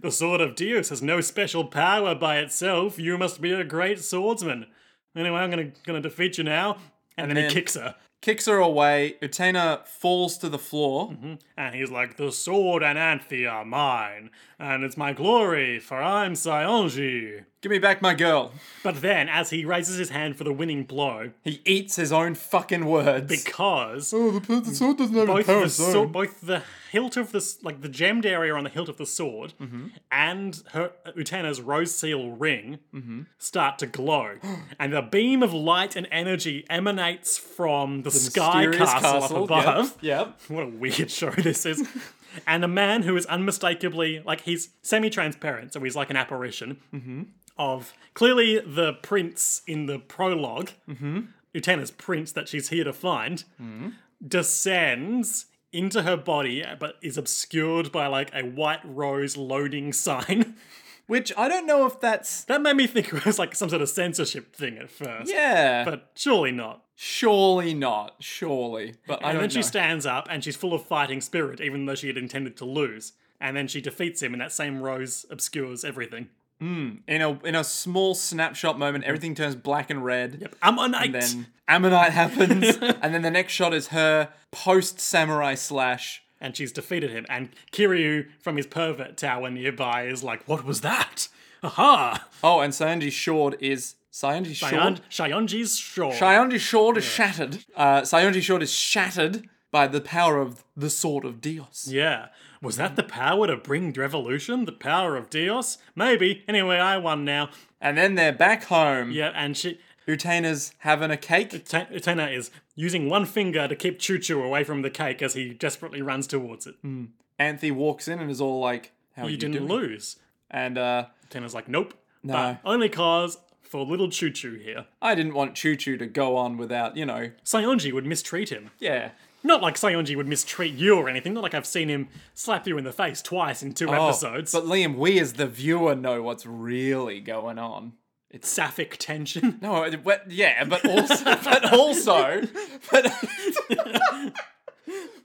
S1: the sword of Deus has no special power by itself, you must be a great swordsman. Anyway, I'm gonna, gonna defeat you now. And, then he
S2: then-
S1: kicks her.
S2: Kicks her away. Utena falls to the floor.
S1: And he's like, The sword and Anthe are mine, and it's my glory, for I'm Sionji.
S2: Give me back my girl.
S1: But then, as he raises his hand for the winning blow,
S2: He eats his own fucking words.
S1: because
S2: Oh, the, the sword doesn't have
S1: both the, so- both the hilt of this, like the gemmed area on the hilt of the sword, and her Utena's rose seal ring start to glow, and a beam of light and energy emanates from the, sky castle, up above.
S2: Yep. yep.
S1: What a weird show this is. and a man who is unmistakably, like, he's semi transparent, so he's like an apparition of clearly the prince in the prolog Utena's prince that she's here to find, descends into her body, but is obscured by, like, a white rose loading sign.
S2: Which I don't know if that's.
S1: that made me think it was, like, some sort of censorship thing at first.
S2: Yeah.
S1: But surely not.
S2: surely not. Surely. But I
S1: And
S2: don't
S1: then she
S2: know.
S1: stands up and she's full of fighting spirit, even though she had intended to lose. And then she defeats him, and that same rose obscures everything.
S2: in a in a small snapshot moment, everything turns black and red.
S1: I'm a knight.
S2: And then Ammonite happens, and then the next shot is her post samurai slash.
S1: And she's defeated him. And Kiryu from his pervert tower nearby is like, What was that? Aha!
S2: Oh, and Sanji Shord is Sanji Shord.
S1: Shion- Shionji's sure.
S2: Sionji Sword is shattered. Uh, Sionji Sword is shattered by the power of the Sword of Dios.
S1: yeah. Was that the power to bring revolution? The power of Dios? Maybe. Anyway, I won now.
S2: And then they're back home.
S1: Yeah, and she.
S2: Utena's having a cake.
S1: Ta- Utena is using one finger to keep Choo Choo away from the cake as he desperately runs towards it.
S2: Anthe walks in and is all like, how
S1: you
S2: are Mm, you
S1: didn't
S2: doing?
S1: lose.
S2: And uh,
S1: Tana's like, nope. No.
S2: No.
S1: But only cause for little Choo Choo here.
S2: I didn't want Choo Choo to go on without, you know,
S1: Sayonji would mistreat him.
S2: yeah.
S1: Not like Sayonji would mistreat you or anything, not like I've seen him slap you in the face twice in two
S2: Oh,
S1: episodes.
S2: But Liam, we as the viewer know what's really going on.
S1: Sapphic tension.
S2: No, it- well, yeah, but also, but also, but,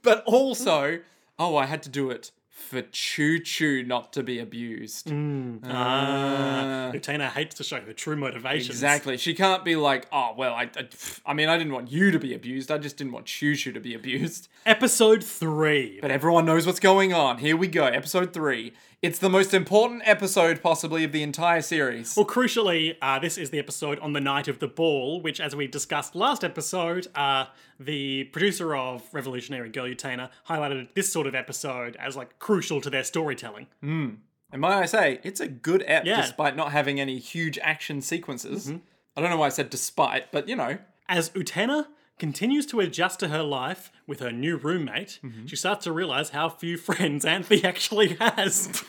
S2: but also, oh, I had to do it for Choo Choo not to be abused.
S1: Mm, Ah, Utena hates to show her true motivations.
S2: Exactly. She can't be like, oh, well, I, I, I mean, I didn't want you to be abused. I just didn't want Choo Choo to be abused.
S1: Episode three.
S2: But everyone knows what's going on. Here we go. Episode three. It's the most important episode, possibly, of the entire series.
S1: Well, crucially, uh, this is the episode on the night of the ball, which, as we discussed last episode, uh, the producer of Revolutionary Girl Utena highlighted this sort of episode as like crucial to their storytelling.
S2: And might I say, it's a good ep
S1: Yeah. Mm-hmm.
S2: despite not having any huge action sequences. I don't know why I said despite, but you know.
S1: As Utena continues to adjust to her life with her new roommate,
S2: Mm-hmm.
S1: she starts to realize how few friends Anthe actually has.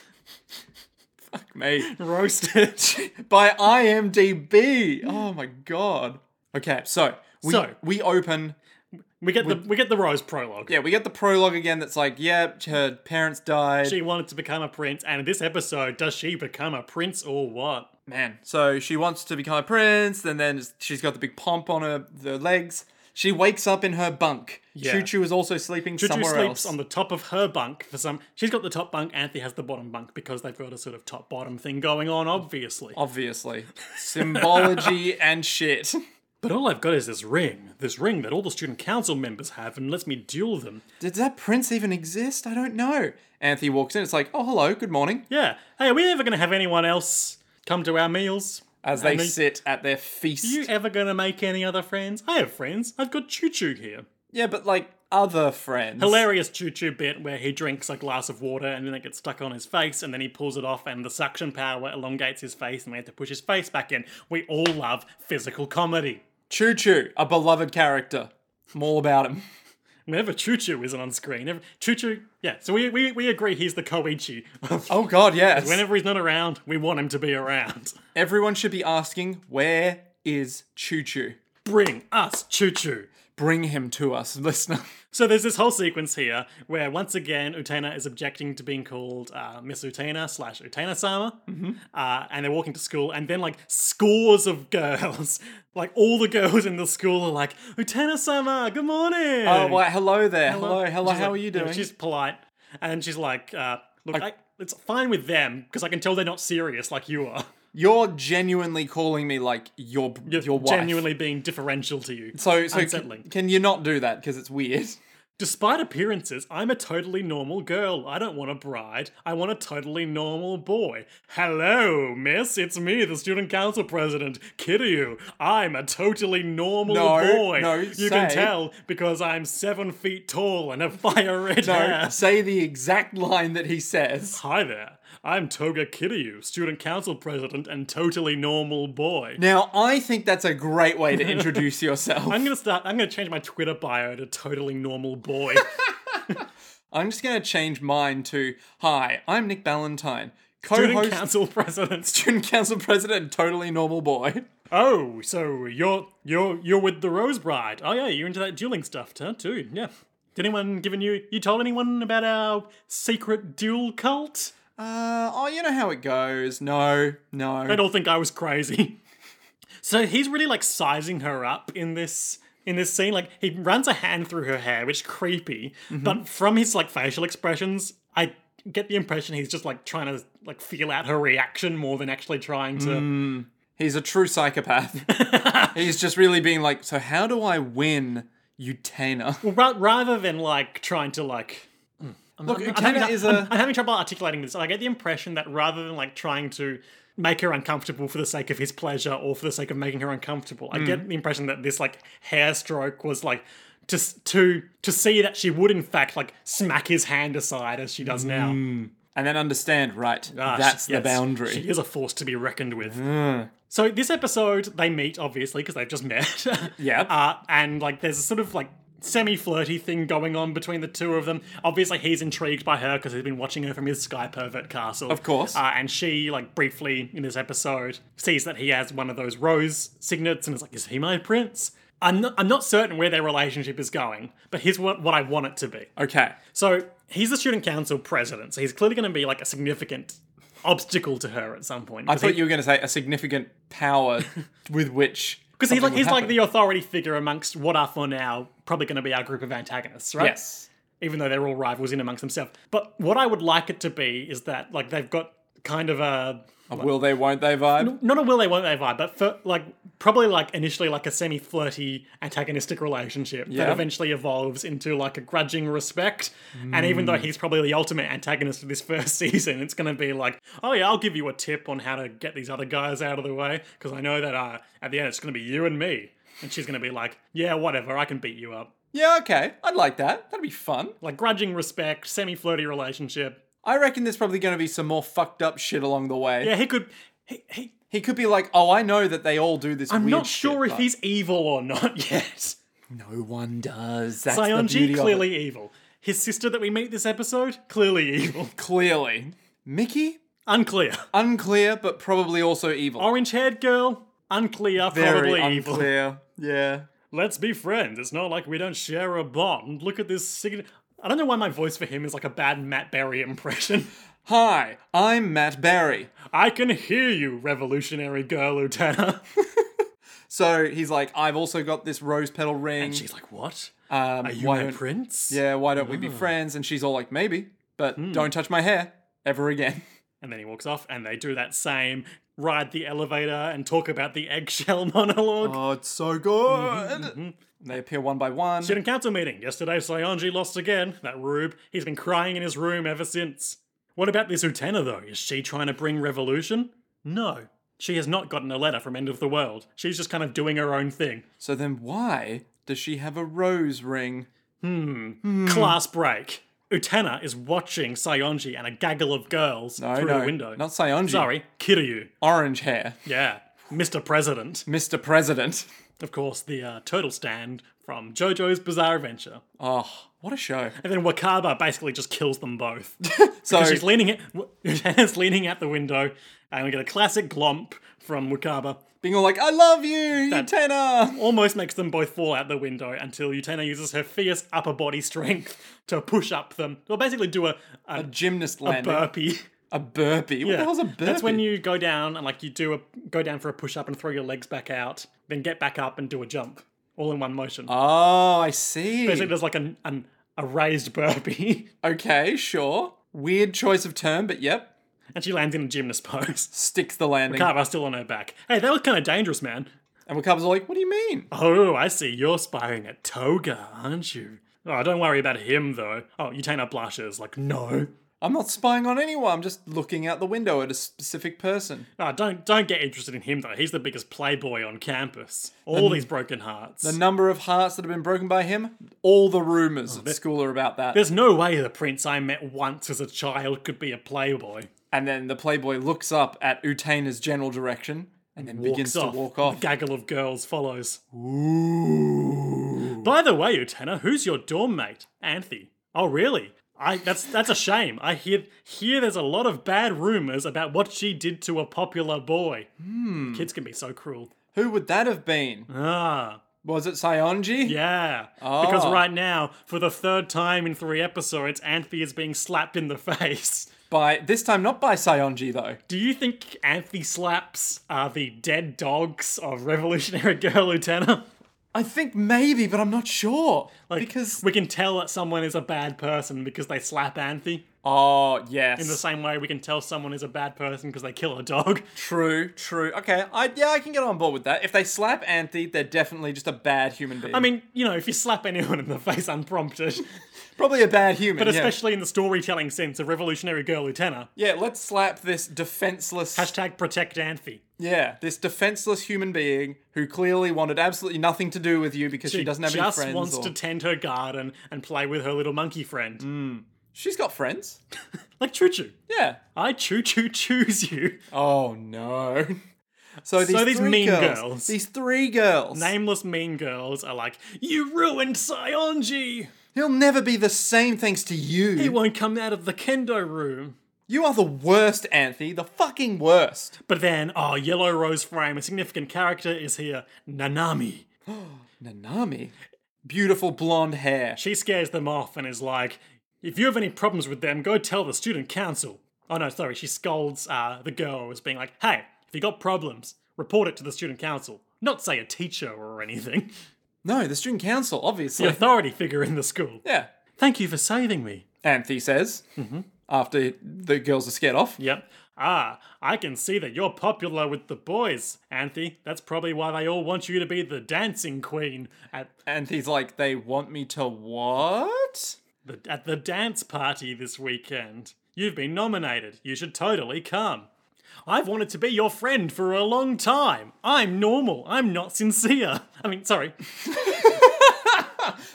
S2: Fuck me.
S1: Roasted.
S2: By IMDb. Oh my god. Okay, so we,
S1: So-
S2: we open
S1: We get the we get the Rose prologue.
S2: Yeah, we get the prologue again that's like, yeah, her parents died.
S1: She wanted to become a prince, and in this episode, does she become a prince or what?
S2: Man. So she wants to become a prince, and then she's got the big pomp on her the legs. She wakes up in her bunk.
S1: Yeah.
S2: Choo Choo is also sleeping
S1: Juju
S2: somewhere
S1: sleeps
S2: else.
S1: on the top of her bunk for some. She's got the top bunk. Anthony has the bottom bunk because they've got a sort of top bottom thing going on, obviously.
S2: Obviously. Symbology and shit.
S1: But all I've got is this ring, this ring that all the student council members have, and lets me duel them.
S2: Did that prince even exist? I don't know. Anthony walks in, it's like, oh hello, good morning.
S1: Yeah. Hey, are we ever gonna have anyone else come to our meals?
S2: As they
S1: And they-
S2: sit at their feast.
S1: Are you ever gonna make any other friends? I have friends. I've got Choo Choo here.
S2: Yeah, but like other friends.
S1: hilarious choo choo bit where he drinks a glass of water and then it gets stuck on his face and then he pulls it off and the suction power elongates his face and we have to push his face back in. We all love physical comedy.
S2: Choo Choo, a beloved character. I'm all about him.
S1: Whenever Choo Choo isn't on screen, if Choo Choo, yeah, so we, we, we agree he's the Koichi.
S2: Oh god, yes.
S1: Whenever he's not around, we want him to be around.
S2: Everyone should be asking, where is Choo Choo?
S1: Bring us Choo Choo.
S2: Bring him to us, listener.
S1: So there's this whole sequence here where once again Utena is objecting to being called uh, Miss Utena slash Utena Sama,
S2: Mm-hmm.
S1: uh, and they're walking to school, and then like scores of girls, like all the girls in the school are like Utena Sama, good morning.
S2: Oh, why, hello there. Hello, hello,
S1: She's
S2: how
S1: like-
S2: are you
S1: yeah,
S2: doing?
S1: she's polite, and she's like, uh, look, I, it's fine with them because I can tell they're not serious like you are.
S2: You're genuinely calling me like your,
S1: You're
S2: your wife.
S1: genuinely being differential to you.
S2: So, so
S1: unsettling.
S2: can, can you not do that? Because it's weird.
S1: Despite appearances, I'm a totally normal girl. I don't want a bride. I want a totally normal boy. Hello, miss. It's me, the student council president, Kiryu. I'm a totally normal
S2: No,
S1: boy.
S2: no,
S1: you can
S2: say-
S1: tell because I'm seven feet tall and have fire red
S2: No,
S1: hair.
S2: say the exact line that he says.
S1: Hi there. I'm Toga Kiryu, student council president and totally normal boy.
S2: Now, I think that's a great way to introduce yourself.
S1: I'm gonna start. I'm gonna change my Twitter bio to totally normal boy.
S2: I'm just going to change mine to Hi, I'm Nick Ballantyne, co
S1: student
S2: host,
S1: council president.
S2: student council president, and totally normal boy.
S1: Oh, so you're you're you're with the Rose Bride. Oh yeah, you're into that dueling stuff, huh? Too, yeah. Did anyone given you you told anyone about our secret duel cult?
S2: Uh, oh, you know how it goes. No,
S1: They
S2: no.
S1: all think I was crazy. So he's really like sizing her up in this in this scene. Like he runs a hand through her hair, which is creepy. But from his like facial expressions, I get the impression he's just like trying to like feel out her reaction more than actually trying to
S2: He's a true psychopath. He's just really being like, so how do I win Utena?
S1: Ra- rather than like trying to like
S2: Look,
S1: I'm having,
S2: Utena is
S1: I'm-
S2: a.
S1: I'm having trouble articulating this. I get the impression that rather than like trying to make her uncomfortable for the sake of his pleasure or for the sake of making her uncomfortable, I
S2: Mm.
S1: get the impression that this like hair stroke was like just to to see that she would in fact like smack his hand aside as she does now.
S2: And then understand, right?
S1: Ah, she-
S2: that's the
S1: yes,
S2: boundary. Mm.
S1: She is a force to be reckoned with. So this episode they meet obviously because they've just met.
S2: Yep.
S1: Uh, and like there's a sort of like semi flirty thing going on between the two of them. Obviously, he's intrigued by her because he's been watching her from his sky pervert castle. Of
S2: course.
S1: Uh, and she, like, briefly in this episode, sees that he has one of those rose signets and is like, Is he my prince? I'm not, I'm not certain where their relationship is going, but here's what, what I want it to be.
S2: okay.
S1: So he's the student council president, so he's clearly going to be like a significant obstacle to her at some point.
S2: I thought you were going to say a significant power with which.
S1: Because he's like he's like the authority figure amongst what are for now probably going to be our group of antagonists, right?
S2: Yes.
S1: even though they're all rivals in amongst themselves. But what I would like it to be is that like they've got kind of a
S2: A Oh, will they, won't they vibe?
S1: not a will they won't they vibe, but for like probably like initially like a semi flirty antagonistic relationship that
S2: Yeah.
S1: eventually evolves into like a grudging respect. And even
S2: Hmm.
S1: though he's probably the ultimate antagonist of this first season, it's going to be like, oh yeah, I'll give you a tip on how to get these other guys out of the way because I know that uh, at the end it's going to be you and me. And she's going to be like, yeah, whatever, I can beat you up.
S2: Yeah, okay. I'd like that. That'd be fun.
S1: Like grudging respect, semi flirty relationship.
S2: I reckon there's probably going to be some more fucked up shit along the way.
S1: Yeah, he could. He, he,
S2: He could be like, "Oh, I know that they all do this."
S1: I'm
S2: weird
S1: not sure
S2: shit,
S1: if
S2: but
S1: he's evil or not yet.
S2: No one does. That's the beauty
S1: Sionji
S2: of it.
S1: clearly evil. His sister that we meet this episode clearly evil.
S2: clearly, Mickey,
S1: unclear.
S2: unclear, but probably also evil.
S1: Orange haired girl unclear.
S2: Very
S1: probably evil.
S2: unclear. Yeah.
S1: Let's be friends. It's not like we don't share a bond. Look at this. Sign- I don't know why my voice for him is like a bad Matt Berry impression.
S2: Hi, I'm Matt Barry.
S1: I can hear you, revolutionary girl, Utana.
S2: So he's like, I've also got this rose petal ring.
S1: And she's like, "What?
S2: um,
S1: Are you
S2: why
S1: my
S2: don't-
S1: prince?" Ah.
S2: Yeah, why don't we be friends? And she's all like, maybe, but
S1: Hmm.
S2: don't touch my hair ever again.
S1: And then he walks off, and they do that same ride the elevator and talk about the eggshell monologue.
S2: Oh, it's so
S1: Mm-hmm,
S2: good. They appear one by one.
S1: Student council meeting. Yesterday, Sayonji lost again. That rube. He's been crying in his room ever since. What about this Utena, though? Is she trying to bring revolution? No. She has not gotten a letter from End of the World. She's just kind of doing her own thing.
S2: So then why does she have a rose ring? Hmm.
S1: Class break. Utena is watching Sayonji and a gaggle of girls
S2: No,
S1: through
S2: no,
S1: the window.
S2: Not Sayonji.
S1: Sorry, Kiryu.
S2: Orange hair.
S1: Yeah. Mr. President.
S2: Mr. President.
S1: Of course, the uh, turtle stand from JoJo's Bizarre Adventure.
S2: Oh, what a show.
S1: And then Wakaba basically just kills them both.
S2: So
S1: She's leaning it. Hannah's leaning out the window, and we get a classic glomp from Wakaba.
S2: being all like, I love you, you tenor.
S1: Almost makes them both fall out the window until Utena uses her fierce upper body strength to push up them. Well, basically do a, a,
S2: Gymnast
S1: a
S2: landing.
S1: burpee.
S2: A burpee. What the hell's a burpee?
S1: That's when you go down and like you do a go down for a push up and throw your legs back out, then get back up and do a jump, all in one motion.
S2: Oh, I see.
S1: Basically, there's like an, an a raised burpee,
S2: Okay, sure. Weird choice of term, but yep.
S1: and she lands in a gymnast pose.
S2: Sticks the landing.
S1: Kara's still on her back. Hey, that was kind of dangerous, man.
S2: And Wakaba's all like, what do you mean?
S1: Oh, I see. You're spying at Toga, aren't you? Oh, don't worry about him, though. Oh, Utena blushes, like, no.
S2: I'm not spying on anyone. I'm just looking out the window at a specific person.
S1: Oh, don't don't get interested in him, though. He's the biggest playboy on campus. All these broken hearts.
S2: The number of hearts that have been broken by him, all the rumors
S1: Oh,
S2: at school are about that.
S1: There's no way the prince I met once as a child could be a playboy.
S2: And then the Playboy looks up at Utena's general direction and then begins to
S1: Off. Oh
S2: walk off.
S1: A gaggle of girls follows. Ooh. By the way, Utena, who's your dorm mate? Anthe. Oh, really? I that's that's a shame. I hear hear there's a lot of bad rumors about what she did to a popular boy.
S2: Hmm.
S1: Kids can be so cruel.
S2: Who would that have been?
S1: Ah,
S2: Was it Sionji?
S1: yeah. Because
S2: Ah.
S1: right now, for the third time in three episodes, Anthe is being slapped in the face.
S2: By this time, not by Sionji though.
S1: Do you think Anthe slaps are the dead dogs of Revolutionary Girl Utena?
S2: I think maybe, but I'm not sure because
S1: we can tell that someone is a bad person because they slap Anthe.
S2: oh yes,
S1: The same way we can tell someone is a bad person because they kill a dog.
S2: true, true. Okay, I yeah, I can get on board with that. If they slap Anthe, they're definitely just a bad human being.
S1: I mean, you know, if you slap anyone in the face unprompted,
S2: probably a bad human.
S1: but
S2: yeah.
S1: especially in the storytelling sense of Revolutionary Girl Utena,
S2: yeah, let's slap this defenseless.
S1: hashtag protect Anthe.
S2: yeah, this defenseless human being who clearly wanted absolutely nothing to do with you because she, doesn't have any
S1: just
S2: friends.
S1: wants
S2: or- Mm.
S1: to tend her garden and play with her little monkey friend.
S2: She's got friends.
S1: Like Choo Choo.
S2: Yeah.
S1: I choo choo choose you.
S2: Oh no. So these,
S1: these
S2: three
S1: mean
S2: girls,
S1: girls.
S2: These three girls.
S1: Nameless mean girls are like, You ruined Sionji!
S2: He'll never be the same thanks to you.
S1: He won't come out of the kendo room.
S2: You are the worst, Anthe. The fucking worst.
S1: But then, oh, Yellow Rose Frame, a significant character, is here. Nanami.
S2: Nanami. Beautiful blonde hair.
S1: She scares them off and is like, if you have any problems with them, go tell the student council. Oh no, sorry, she scolds uh, the girl as being like, hey, if you got problems, report it to the student council. Not say a teacher or anything.
S2: No, the student council, obviously.
S1: The authority figure in the school.
S2: yeah.
S1: Thank you for saving me.
S2: Anthe says
S1: Mm-hmm.
S2: after the girls are scared off.
S1: Yep. Ah, I can see that you're popular with the boys, Anthe. That's probably why they all want you to be the dancing queen at
S2: Anthe's like, they want me to what?
S1: the at the dance party this weekend. You've been nominated. You should totally come. I've wanted to be your friend for a long time. I'm normal. I'm not sincere. I mean, sorry.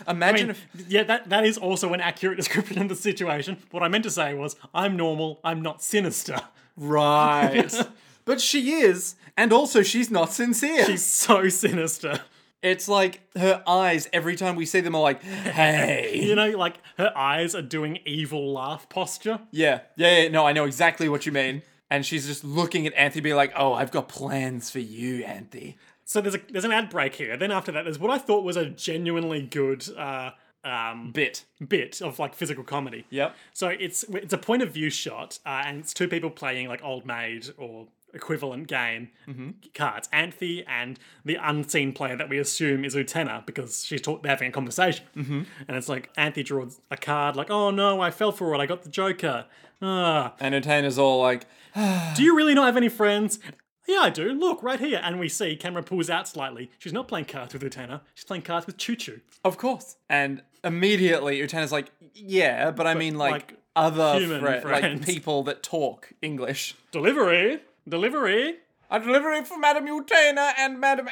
S1: I
S2: Imagine
S1: mean,
S2: if
S1: yeah, that, that is also an accurate description of the situation. What I meant to say was, I'm normal. I'm not sinister.
S2: right. but she is, and also she's not sincere.
S1: She's so sinister.
S2: It's like her eyes every time we see them are like, hey.
S1: You know, like her eyes are doing evil laugh posture.
S2: Yeah, yeah, yeah, no, I know exactly what you mean. And she's just looking at Anthe, being like, oh, I've got plans for you, Anthe.
S1: So there's a there's an ad break here. Then after that, there's what I thought was a genuinely good uh, um,
S2: Bit.
S1: bit of like physical comedy.
S2: Yep.
S1: So it's it's a point of view shot, uh, and it's two people playing like old maid or equivalent game cards. Anthe and the unseen player that we assume is Utena because she's talk- they're having a conversation, mm-hmm. and it's like Anthe draws a card like, "Oh no, I fell for it. I got the Joker." Ah,
S2: And Entertainer's all like,
S1: do you really not have any friends? Yeah, I do. Look right here, and we see camera pulls out slightly. She's not playing cards with Utena. She's playing cards with Choo Choo.
S2: of course. And immediately Utana's like, yeah, but I mean like,
S1: like,
S2: other
S1: human
S2: fri- like
S1: friends."
S2: people that talk English.
S1: Delivery, delivery.
S2: A delivery for Madame Utana and Madame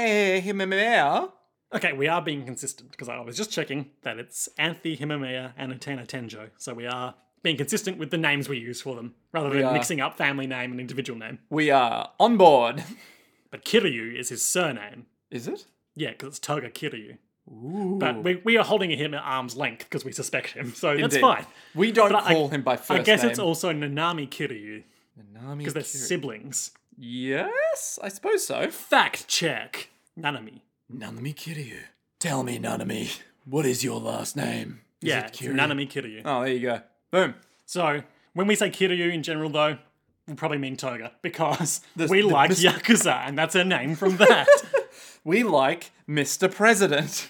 S2: Anthe.
S1: Okay, we are being consistent because I was just checking that it's Anthe Himamea and Atena Tenjo. So we are being consistent with the names we use for them rather than
S2: are.
S1: mixing up family name and individual name.
S2: We are on board.
S1: But Kiryu is his surname.
S2: Is it?
S1: Yeah, because it's Toga Kiryu. But we, we are holding him at arm's length because we suspect him. So that's
S2: Indeed.
S1: fine.
S2: We don't
S1: But I-
S2: call him by first
S1: I guess
S2: name.
S1: it's also Nanami Kiryu
S2: Nanami
S1: because they're
S2: Kiri-
S1: siblings.
S2: Yes, I suppose so.
S1: Fact check. Nanami.
S2: Nanami Kiryu. Tell me, Nanami, what is your last name? Is
S1: Yeah,
S2: it
S1: it's
S2: Kiryu?
S1: Nanami Kiryu.
S2: Oh, there you go. Boom.
S1: So when we say Kiryu in general, though, we probably mean Toga because
S2: The-
S1: we
S2: the
S1: like
S2: bis-
S1: Yakuza, and that's her name from that.
S2: We like Mr. President.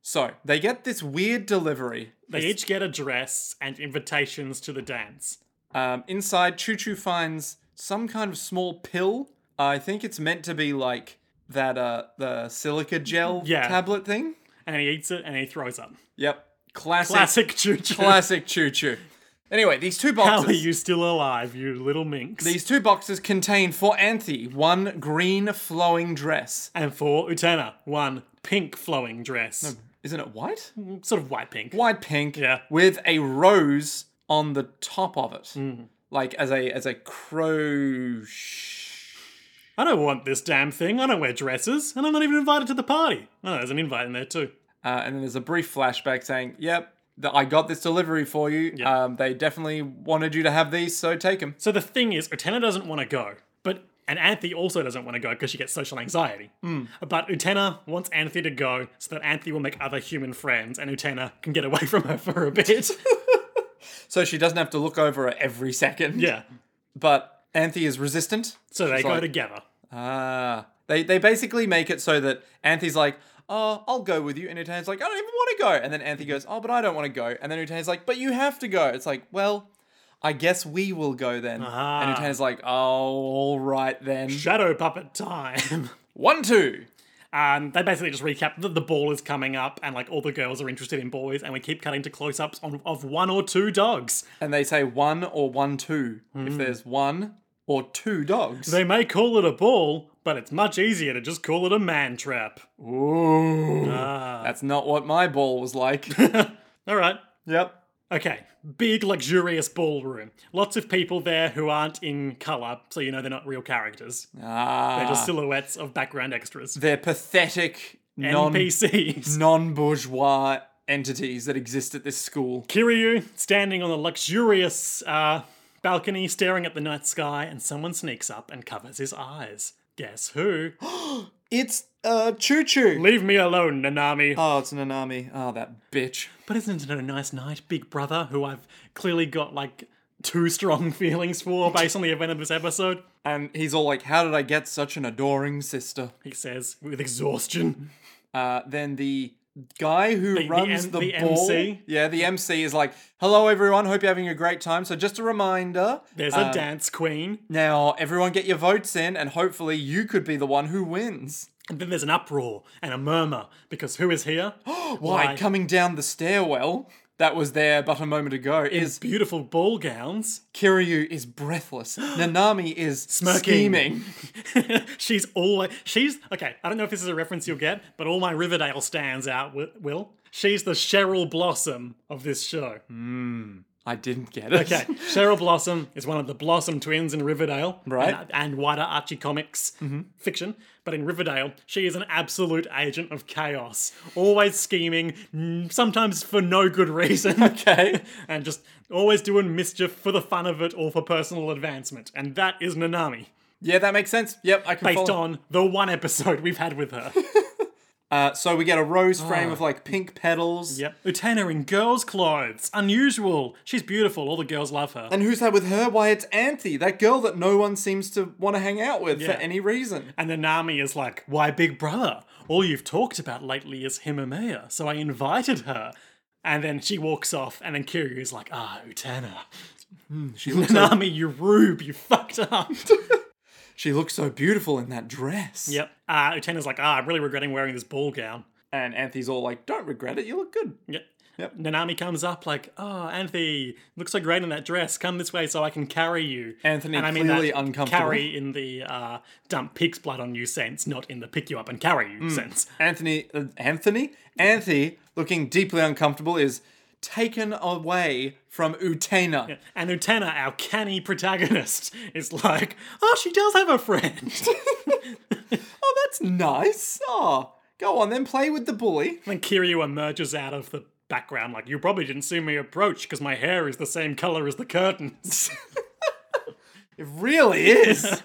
S2: so they get this weird delivery.
S1: they each get a dress and invitations to the dance.
S2: Um, inside, Choo Choo finds some kind of small pill. I think it's meant to be like that uh the silica gel
S1: Yeah.
S2: tablet thing.
S1: And he eats it and he throws up.
S2: Yep. Classic
S1: Classic choo choo.
S2: classic Choo Choo. Anyway, these two
S1: How
S2: boxes.
S1: are you still alive, you little minx?
S2: These two boxes contain for Anthe one green flowing dress.
S1: and for Utena, one pink flowing dress.
S2: Isn't it white?
S1: Sort of white pink.
S2: White pink
S1: Yeah.
S2: with a rose on the top of it.
S1: Mm.
S2: Like as a as a crow
S1: I don't want this damn thing. I don't wear dresses, and I'm not even invited to the party. Oh, there's an invite in there too.
S2: Uh, and then there's a brief flashback saying, "Yep, th- I got this delivery for you. Um, they definitely wanted you to have these, so take them."
S1: So the thing is, Utena doesn't want to go, but and Anthe also doesn't want to go because she gets social anxiety.
S2: Hmm.
S1: But Utena wants Anthe to go so that Anthe will make other human friends and Utena can get away from her for a bit.
S2: So she doesn't have to look over her every second.
S1: yeah.
S2: But Anthe is resistant.
S1: So they
S2: She's
S1: go
S2: like,
S1: together.
S2: Ah, they they basically make it so that Anthe's like, "Oh, I'll go with you," and Utan's like, "I don't even want to go," and then Anthe goes, "Oh, but I don't want to go," and then Utan's like, "But you have to go." It's like, well. I guess we will go then.
S1: Ah.
S2: And Utan's like, oh, all right then.
S1: Shadow puppet time.
S2: One, two.
S1: Um, they basically just recap that the ball is coming up and like all the girls are interested in boys and we keep cutting to close-ups on, of one or two dogs.
S2: and they say one or one two if there's one or two dogs.
S1: They may call it a ball, but it's much easier to just call it a man trap. Uh,
S2: Ooh,
S1: Ah.
S2: that's not what my ball was like.
S1: All right.
S2: yep.
S1: Okay, big luxurious ballroom. Lots of people there who aren't in colour, so you know they're not real characters.
S2: Ah,
S1: They're just silhouettes of background extras.
S2: they're pathetic non
S1: NPCs.
S2: non bourgeois entities that exist at this school.
S1: Kiryu standing on a luxurious uh, balcony staring at the night sky, and someone sneaks up and covers his eyes. Guess who?
S2: It's uh choo choo.
S1: Leave me alone, Nanami.
S2: Oh, it's Nanami. Oh, that bitch.
S1: but isn't it a nice night, big brother, who I've clearly got like two strong feelings for based on the event of this episode?
S2: And he's all like, "How did I get such an adoring sister?"
S1: He says with exhaustion.
S2: Uh, then the guy who
S1: the
S2: runs
S1: M-
S2: the,
S1: the
S2: ball.
S1: MC?
S2: Yeah, the MC is like, "Hello everyone, hope you're having a great time." So just a reminder,
S1: There's a
S2: um,
S1: dance queen.
S2: Now, everyone get your votes in and hopefully you could be the one who wins.
S1: And then there's an uproar and a murmur because who is here?
S2: Why coming down the stairwell that was there but a moment ago is
S1: beautiful ball gowns.
S2: Kiryu is breathless. Nanami is
S1: Smirking.
S2: scheming.
S1: she's always she's okay. I don't know if this is a reference you'll get, but all my Riverdale stands out. Wi- Will she's the Cheryl Blossom of this show?
S2: I didn't get it.
S1: Okay, Cheryl Blossom is one of the Blossom twins in Riverdale,
S2: Right.
S1: And, uh, and wider Archie Comics fiction. But in Riverdale, she is an absolute agent of chaos, always scheming, mm, sometimes for no good reason.
S2: Okay.
S1: and just always doing mischief for the fun of it or for personal advancement. And that is Nanami,
S2: Yeah, that makes sense. Yep, I can
S1: based
S2: follow.
S1: on the one episode we've had with her.
S2: Uh, so we get a rose frame with like pink petals.
S1: Ah. yep. Utena in girls' clothes. Unusual. She's beautiful. All the girls love her.
S2: And who's that with her? Why, it's Auntie, that girl that no one seems to want to hang out with for
S1: Yeah.
S2: any reason.
S1: And Nanami is like, Why, big brother? All you've talked about lately is Himamea, so I invited her. And then she walks off, and then Kiryu's like, Ah, Utena.
S2: Hmm, She looks, so,
S1: Nanami, you rube, you fucked up.
S2: she looks so beautiful in that dress.
S1: yep. Uh, Utena's like, Ah, I'm really regretting wearing this ball gown.
S2: And Auntie's all like, don't regret it, you look good.
S1: Yep.
S2: Yep.
S1: Nanami comes up like, "Oh, Anthony, looks so great in that dress. Come this way so I can carry you."
S2: Anthony,
S1: and I mean
S2: clearly
S1: that
S2: uncomfortable.
S1: Carry in the uh, dump pig's blood on you sense, not in the pick you up and carry
S2: Hmm.
S1: you sense.
S2: Anthony, uh, Anthony, Anthony, looking deeply uncomfortable, is taken away from Utena.
S1: And Utena, our canny protagonist, is like, "Oh, she does have a friend."
S2: Oh, that's nice. Oh, go on then, play with the bully.
S1: and Kiryu emerges out of the background like, "You probably didn't see me approach because my hair is the same color as the curtains."
S2: It really is.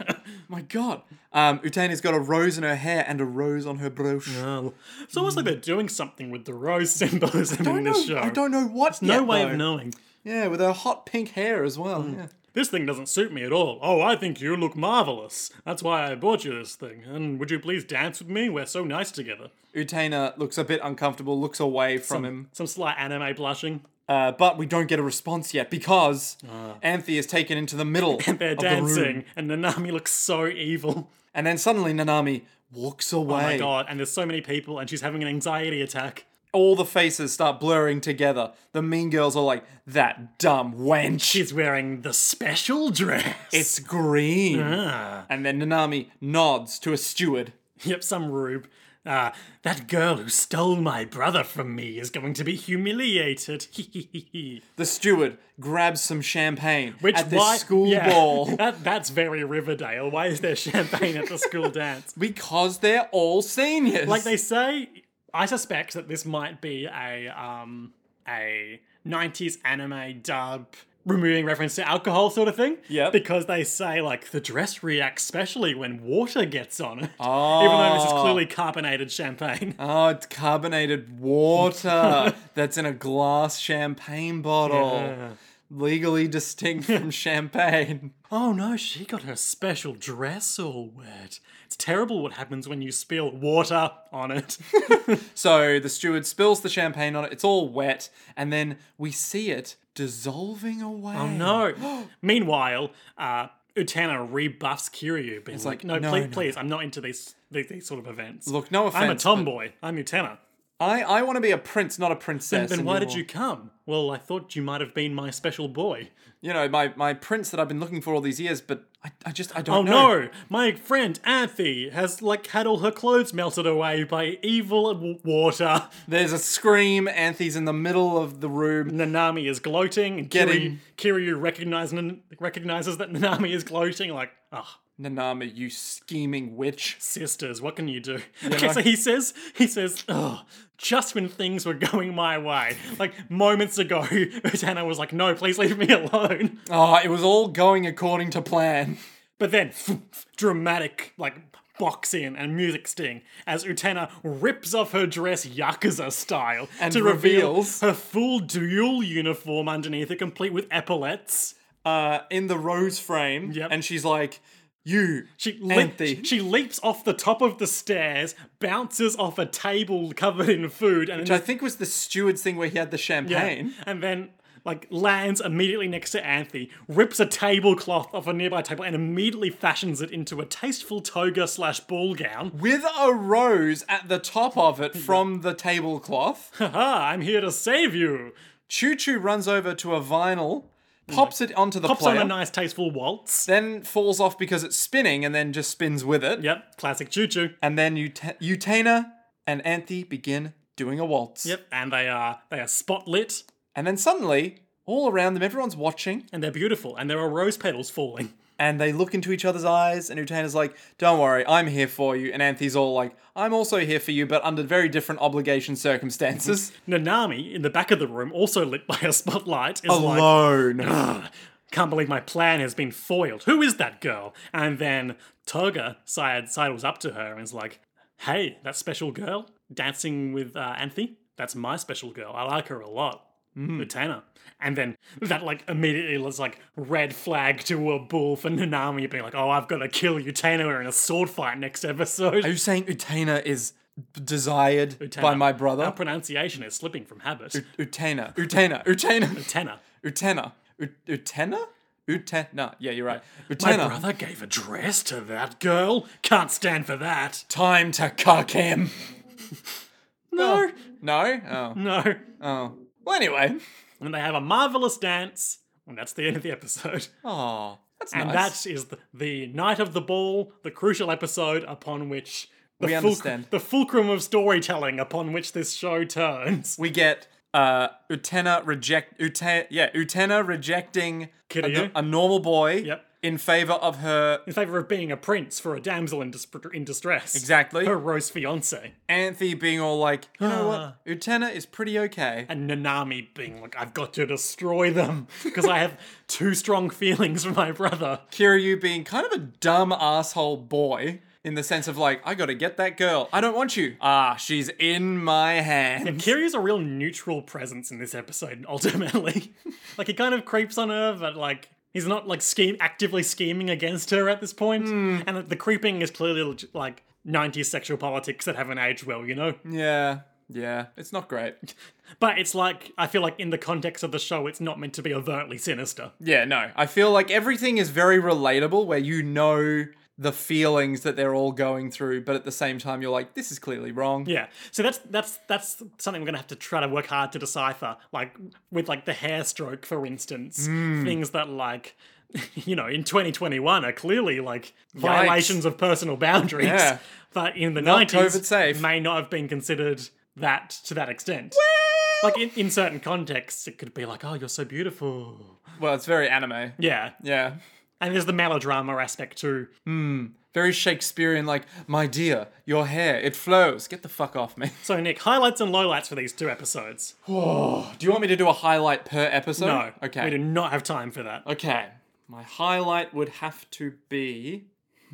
S2: My God. Um, Utena's got a rose in her hair and a rose on her brooch.
S1: Oh, it's almost like they're doing something with the rose symbolism
S2: I
S1: in this
S2: don't know.
S1: show.
S2: I don't know what.
S1: no
S2: yet,
S1: way
S2: though.
S1: of knowing.
S2: Yeah, with her hot pink hair as well. Yeah.
S1: This thing doesn't suit me at all. Oh, I think you look marvelous. That's why I bought you this thing. And would you please dance with me? We're so nice together.
S2: Utena looks a bit uncomfortable, looks away from him,
S1: Some slight anime blushing.
S2: uh, but we don't get a response yet because Anthe is taken into the middle and
S1: Ah. They're dancing, and Nanami looks so evil.
S2: And then suddenly Nanami walks away.
S1: Oh my god, and there's so many people, and she's having an anxiety attack.
S2: All the faces start blurring together. The mean girls are like, that dumb wench.
S1: She's wearing the special dress.
S2: It's green.
S1: Ah.
S2: And then Nanami nods to a steward.
S1: yep, some rube. Ah, that girl who stole my brother from me is going to be humiliated.
S2: The steward grabs some champagne
S1: Which
S2: at this
S1: why,
S2: school
S1: yeah,
S2: ball
S1: That, that's very Riverdale. Why is there champagne at the school dance?
S2: because they're all seniors.
S1: Like they say, I suspect that this might be a um a '90s anime dub removing reference to alcohol sort of thing.
S2: Yep.
S1: Because they say like the dress reacts specially when water gets on it. Oh. Even though this is clearly carbonated champagne.
S2: Oh, it's carbonated water that's in a glass champagne bottle.
S1: Yeah.
S2: Legally distinct from champagne.
S1: Oh no, she got her special dress all wet. It's terrible what happens when you spill water on it.
S2: So the steward spills the champagne on it, it's all wet, and then we see it dissolving away.
S1: Oh no. Meanwhile, uh, Utana rebuffs Kiryu, being like,
S2: like,
S1: no,
S2: no,
S1: please,
S2: no.
S1: please, I'm not into these, these these sort of events.
S2: Look, no offense.
S1: I'm a
S2: but
S1: tomboy. I'm Utana.
S2: I, I want to be a prince, not a princess.
S1: then
S2: and
S1: why
S2: you're-
S1: did you come? Well, I thought you might have been my special boy.
S2: You know, my, my prince that I've been looking for all these years, but I, I just, I don't
S1: Oh
S2: know.
S1: no, my friend Anthy has like had all her clothes melted away by evil w- water.
S2: There's a scream. Anthe's in the middle of the room.
S1: Nanami is gloating. And
S2: Get
S1: Kiryu,
S2: him.
S1: Kiryu recognize, nan- recognizes that Nanami is gloating. Like, ah,
S2: Nanami, you scheming witch.
S1: sisters, what can you do? okay, so he says, he says, oh, just when things were going my way, like moments ago, Utana was like, no, please leave me alone.
S2: Oh, it was all going according to plan.
S1: But then, dramatic, like, box in and music sting as Utana rips off her dress Yakuza style
S2: And
S1: to reveal
S2: reveals-
S1: her full dual uniform underneath it, complete with epaulets.
S2: uh, in the rose frame,
S1: Yep.
S2: and she's like, You
S1: She, leap,
S2: lengthy.
S1: she leaps off the top of the stairs, bounces off a table covered in food, and
S2: Which I think was the steward's thing where he had the champagne.
S1: and then like lands immediately next to Anthe, rips a tablecloth off a nearby table, and immediately fashions it into a tasteful toga slash ball gown.
S2: With a rose at the top of it from the tablecloth.
S1: Haha, I'm here to save you.
S2: Choo Choo runs over to a vinyl, pops it onto the
S1: Pops
S2: player,
S1: on a nice tasteful waltz.
S2: then falls off because it's spinning and then just spins with it.
S1: Yep, classic choo choo.
S2: And then Ut- Utena and Anthe begin doing a waltz.
S1: Yep, and they are they are spotlit,
S2: And then suddenly, all around them, everyone's watching
S1: and they're beautiful, and there are rose petals falling.
S2: and they look into each other's eyes. And Utena's like, Don't worry, I'm here for you. And Anthe's all like, I'm also here for you, but under very different obligation circumstances.
S1: Nanami in the back of the room, also lit by a spotlight, is like,
S2: Alone.
S1: Can't believe my plan has been foiled. Who is that girl? And then Toga side sidles up to her and is like, Hey, that special girl dancing with uh, Anthe? That's my special girl. I like her a lot.
S2: Hmm.
S1: Utana. And then that like immediately looks like red flag to a bull for Nanami being like, Oh, I've got to kill Utana in a sword fight next episode.
S2: Are you saying Utena is desired
S1: Utena.
S2: by my
S1: Our
S2: brother?
S1: pronunciation is slipping from habit.
S2: Utena. Utena. Utena.
S1: Utena.
S2: Utena. Ut- Utena? Utena. Yeah, you're right.
S1: My
S2: Utena.
S1: brother gave a dress to that girl. Can't stand for that.
S2: Time to cuck him.
S1: No.
S2: No? Oh.
S1: No.
S2: Oh. Well, anyway.
S1: and they have a marvelous dance, and that's the end of the episode.
S2: Oh, that's
S1: and
S2: nice.
S1: that is the, the night of the ball, the crucial episode upon which the,
S2: We
S1: fulc-
S2: understand.
S1: the fulcrum of storytelling upon which this show turns.
S2: we get uh Utena reject Utena yeah Utena rejecting a,
S1: Kiryu.
S2: a normal boy
S1: Yep.
S2: in favor of her
S1: In favor of being a prince for a damsel in, dis- in distress.
S2: Exactly.
S1: Her rose fiance.
S2: Anthe being all like you know what Utena is pretty okay
S1: And Nanami being like, I've got to destroy them because I have too strong feelings for my brother.
S2: Kiryu being kind of a dumb asshole boy in the sense of like I got to get that girl I don't want you ah she's in my hand
S1: Kiryu's a real neutral presence in this episode, ultimately. like, he kind of creeps on her, but, like, he's not, like, scheme- actively scheming against her at this point. And the creeping is clearly, leg- like, 90s sexual politics that haven't aged well, you know?
S2: yeah yeah it's not great
S1: But it's like, I feel like in the context of the show, it's not meant to be overtly sinister.
S2: Yeah, no. I feel like everything is very relatable where you know the feelings that they're all going through, but at the same time you're like, this is clearly wrong.
S1: Yeah. So that's that's that's something we're gonna have to try to work hard to decipher. Like with like the hair stroke, for instance,
S2: Hmm.
S1: things that like you know in 2021 are clearly like violations of personal boundaries,
S2: Yeah.
S1: but in the
S2: Not
S1: 90s
S2: COVID safe.
S1: may not have been considered that to that extent. Like in, in certain contexts, it could be like, "Oh, you're so beautiful."
S2: Well, it's very anime.
S1: Yeah,
S2: Yeah.
S1: and there's the melodrama aspect too.
S2: Very Shakespearean, like, my dear, your hair, it flows. Get the fuck off me.
S1: So Nick, highlights and lowlights for these two episodes.
S2: Do you want me to do a highlight per episode?
S1: No,
S2: Okay.
S1: we do not have time for that.
S2: Okay. My highlight would have to be.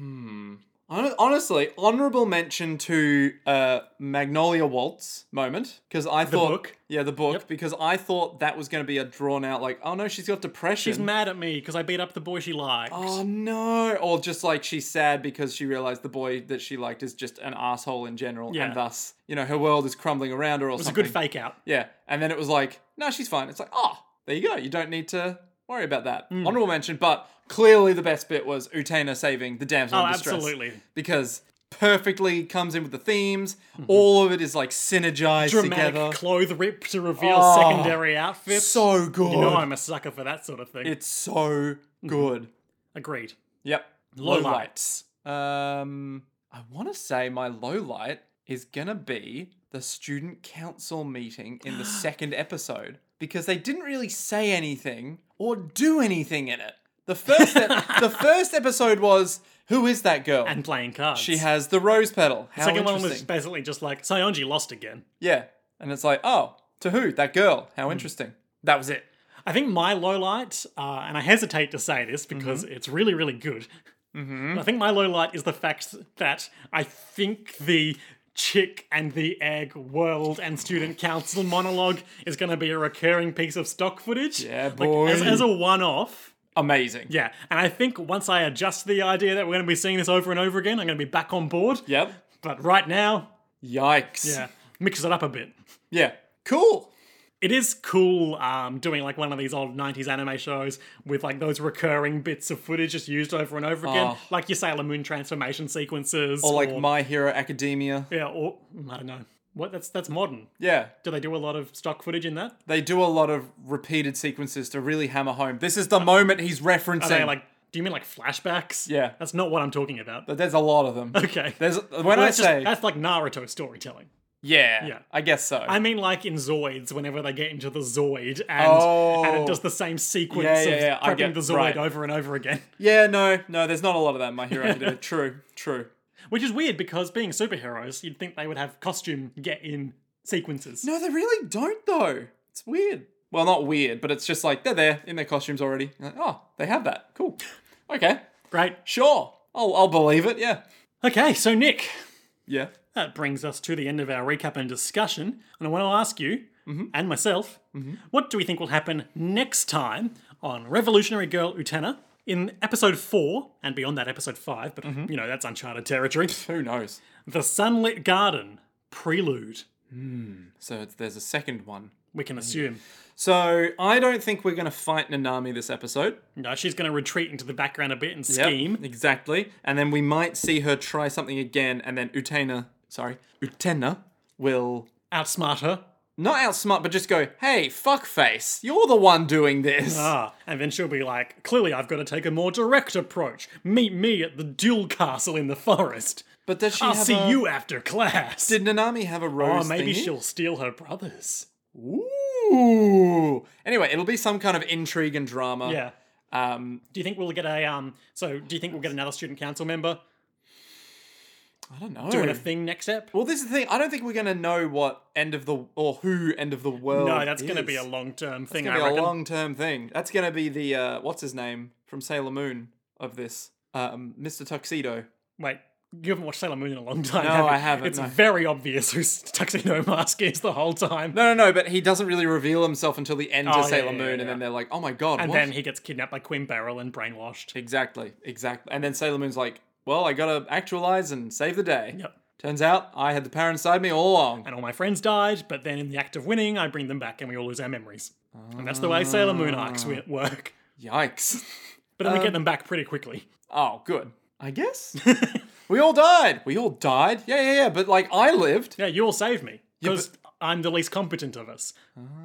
S2: Hmm. Hon- Honestly, honorable mention to uh, Magnolia Waltz moment because I thought,
S1: book?
S2: yeah, the book because I thought that was going to be a drawn out like, oh no, she's got depression.
S1: She's mad at me because I beat up the boy she liked.
S2: oh no, or just like she's sad because she realized the boy that she liked is just an asshole in general,
S1: Yeah.
S2: and thus you know her world is crumbling around her or
S1: It's a
S2: something.
S1: good fake out.
S2: Yeah. And then it was like, no, she's fine. It's like, oh, there you go. You don't need to worry about that.
S1: Hmm.
S2: Honorable mention, but clearly the best bit was Utena saving the damsel
S1: Oh,
S2: in distress.
S1: absolutely.
S2: Because perfectly comes in with the themes. All of it is like synergized
S1: Mm-hmm. Dramatic
S2: together.
S1: clothes rip to reveal
S2: Oh,
S1: secondary outfits.
S2: so good.
S1: You know I'm a sucker for that sort of thing.
S2: it's so
S1: Mm-hmm.
S2: good.
S1: Agreed.
S2: Yep.
S1: Low
S2: Lowlights.
S1: lights.
S2: Um, I want to say my low light is gonna be the student council meeting in the second episode because they didn't really say anything or do anything in it. The first ep- the first episode was who is that girl?
S1: And playing cards.
S2: she has the rose petal. How
S1: Second one
S2: interesting.
S1: was basically just like Sayonji lost again.
S2: yeah, and it's like oh to who that girl?
S1: Hmm.
S2: How interesting. That was it.
S1: I think my low light, uh, and I hesitate to say this because
S2: Mm-hmm.
S1: it's really, really good. I think my low light is the fact that I think the chick and the egg world and student council monologue is going to be a recurring piece of stock footage.
S2: Yeah,
S1: Like, as,
S2: boy.
S1: as a one off,
S2: amazing.
S1: Yeah, and I think once I adjust to the idea that we're going to be seeing this over and over again, I'm going to be back on board.
S2: Yep.
S1: But right now,
S2: Yikes.
S1: yeah, mix it up a bit.
S2: Yeah. Cool.
S1: It is cool um, doing like one of these old 90s anime shows with like those recurring bits of footage just used over and over again,
S2: Oh.
S1: like your Sailor Moon transformation sequences.
S2: Or like My Hero Academia.
S1: Yeah, or I don't know. What that's that's modern.
S2: Yeah.
S1: Do they do a lot of stock footage in that?
S2: They do a lot of repeated sequences to really hammer home. This is the moment he's referencing.
S1: Are they like do you mean like flashbacks?
S2: Yeah.
S1: That's not what I'm talking about.
S2: There's a lot of them.
S1: Okay.
S2: There's when
S1: Well,
S2: I
S1: that's just-
S2: say
S1: that's like Naruto storytelling.
S2: yeah,
S1: Yeah.
S2: I guess so.
S1: I mean, like in Zoids, whenever they get into the Zoid and, and
S2: Oh.
S1: it does the same sequence
S2: Yeah, yeah, yeah,
S1: of
S2: I
S1: prepping
S2: get-
S1: the Zoid
S2: right.
S1: over and over again.
S2: yeah, no, no. There's not a lot of that in My Hero Academia. true, true.
S1: Which is weird because being superheroes, you'd think they would have costume get in sequences.
S2: No, they really don't though. It's weird. Well, not weird, but it's just like they're there in their costumes already. You're like, oh, they have that. Cool. Okay.
S1: Right.
S2: Sure. I'll I'll believe it. Yeah.
S1: Okay, so Nick,
S2: Yeah.
S1: that brings us to the end of our recap and discussion. And I want to ask you
S2: Mm-hmm.
S1: and myself what do we think will happen next time on Revolutionary Girl Utena? In episode four, and beyond that, episode five, but
S2: Mm-hmm.
S1: you know, that's uncharted territory.
S2: Who knows?
S1: The Sunlit Garden Prelude.
S2: So it's, there's a second one.
S1: We can assume.
S2: So I don't think we're gonna fight Nanami this episode.
S1: No, she's going to retreat into the background a bit and
S2: Yep,
S1: scheme.
S2: exactly. And then we might see her try something again, and then Utena, sorry, Utena will
S1: outsmart her.
S2: not outsmart, but just go, hey, fuckface, you're the one doing this.
S1: Ah, and then she'll be like, clearly I've got to take a more direct approach. Meet me at the duel castle in the forest.
S2: but does she
S1: I'll
S2: have
S1: Ah, see
S2: a-
S1: you after class.
S2: Did Nanami have a
S1: or
S2: rose?
S1: maybe
S2: thingy?
S1: she'll steal her brothers.
S2: Ooh. Anyway, it'll be some kind of intrigue and drama.
S1: Yeah.
S2: Um,
S1: Do you think we'll get a um? So do you think we'll get another student council member
S2: I don't know.
S1: doing a thing next ep?
S2: well, this is the thing. I don't think we're gonna know what end of the or who end of the world.
S1: No, that's going to
S2: is.
S1: be a long term thing.
S2: It's
S1: I
S2: gonna be
S1: reckon.
S2: a long term thing. That's gonna be the uh, what's his name from Sailor Moon of this, um, Mr. Tuxedo.
S1: Wait, you haven't watched Sailor Moon in a long time.
S2: No,
S1: have you?
S2: I haven't,
S1: It's
S2: no.
S1: very obvious who Tuxedo Mask is the whole time.
S2: No, no, no. But he doesn't really reveal himself until the end
S1: Oh,
S2: of
S1: yeah,
S2: Sailor
S1: yeah,
S2: Moon,
S1: yeah,
S2: and
S1: yeah.
S2: then they're like, oh my god,
S1: and
S2: what?
S1: then he gets kidnapped by Queen Beryl and brainwashed.
S2: exactly, exactly. And then Sailor Moon's like, well, I gotta actualize and save the day.
S1: Yep.
S2: Turns out I had the power inside me all along.
S1: and all my friends died, but then in the act of winning, I bring them back and we all lose our memories. And that's the way Sailor Moon
S2: Ah.
S1: arcs wi- work.
S2: Yikes.
S1: But then we
S2: Um,
S1: get them back pretty quickly.
S2: Oh, good. I guess we all died. We all died. Yeah, yeah, yeah. But like, I lived.
S1: Yeah, you all saved me. Because I'm the least competent of us,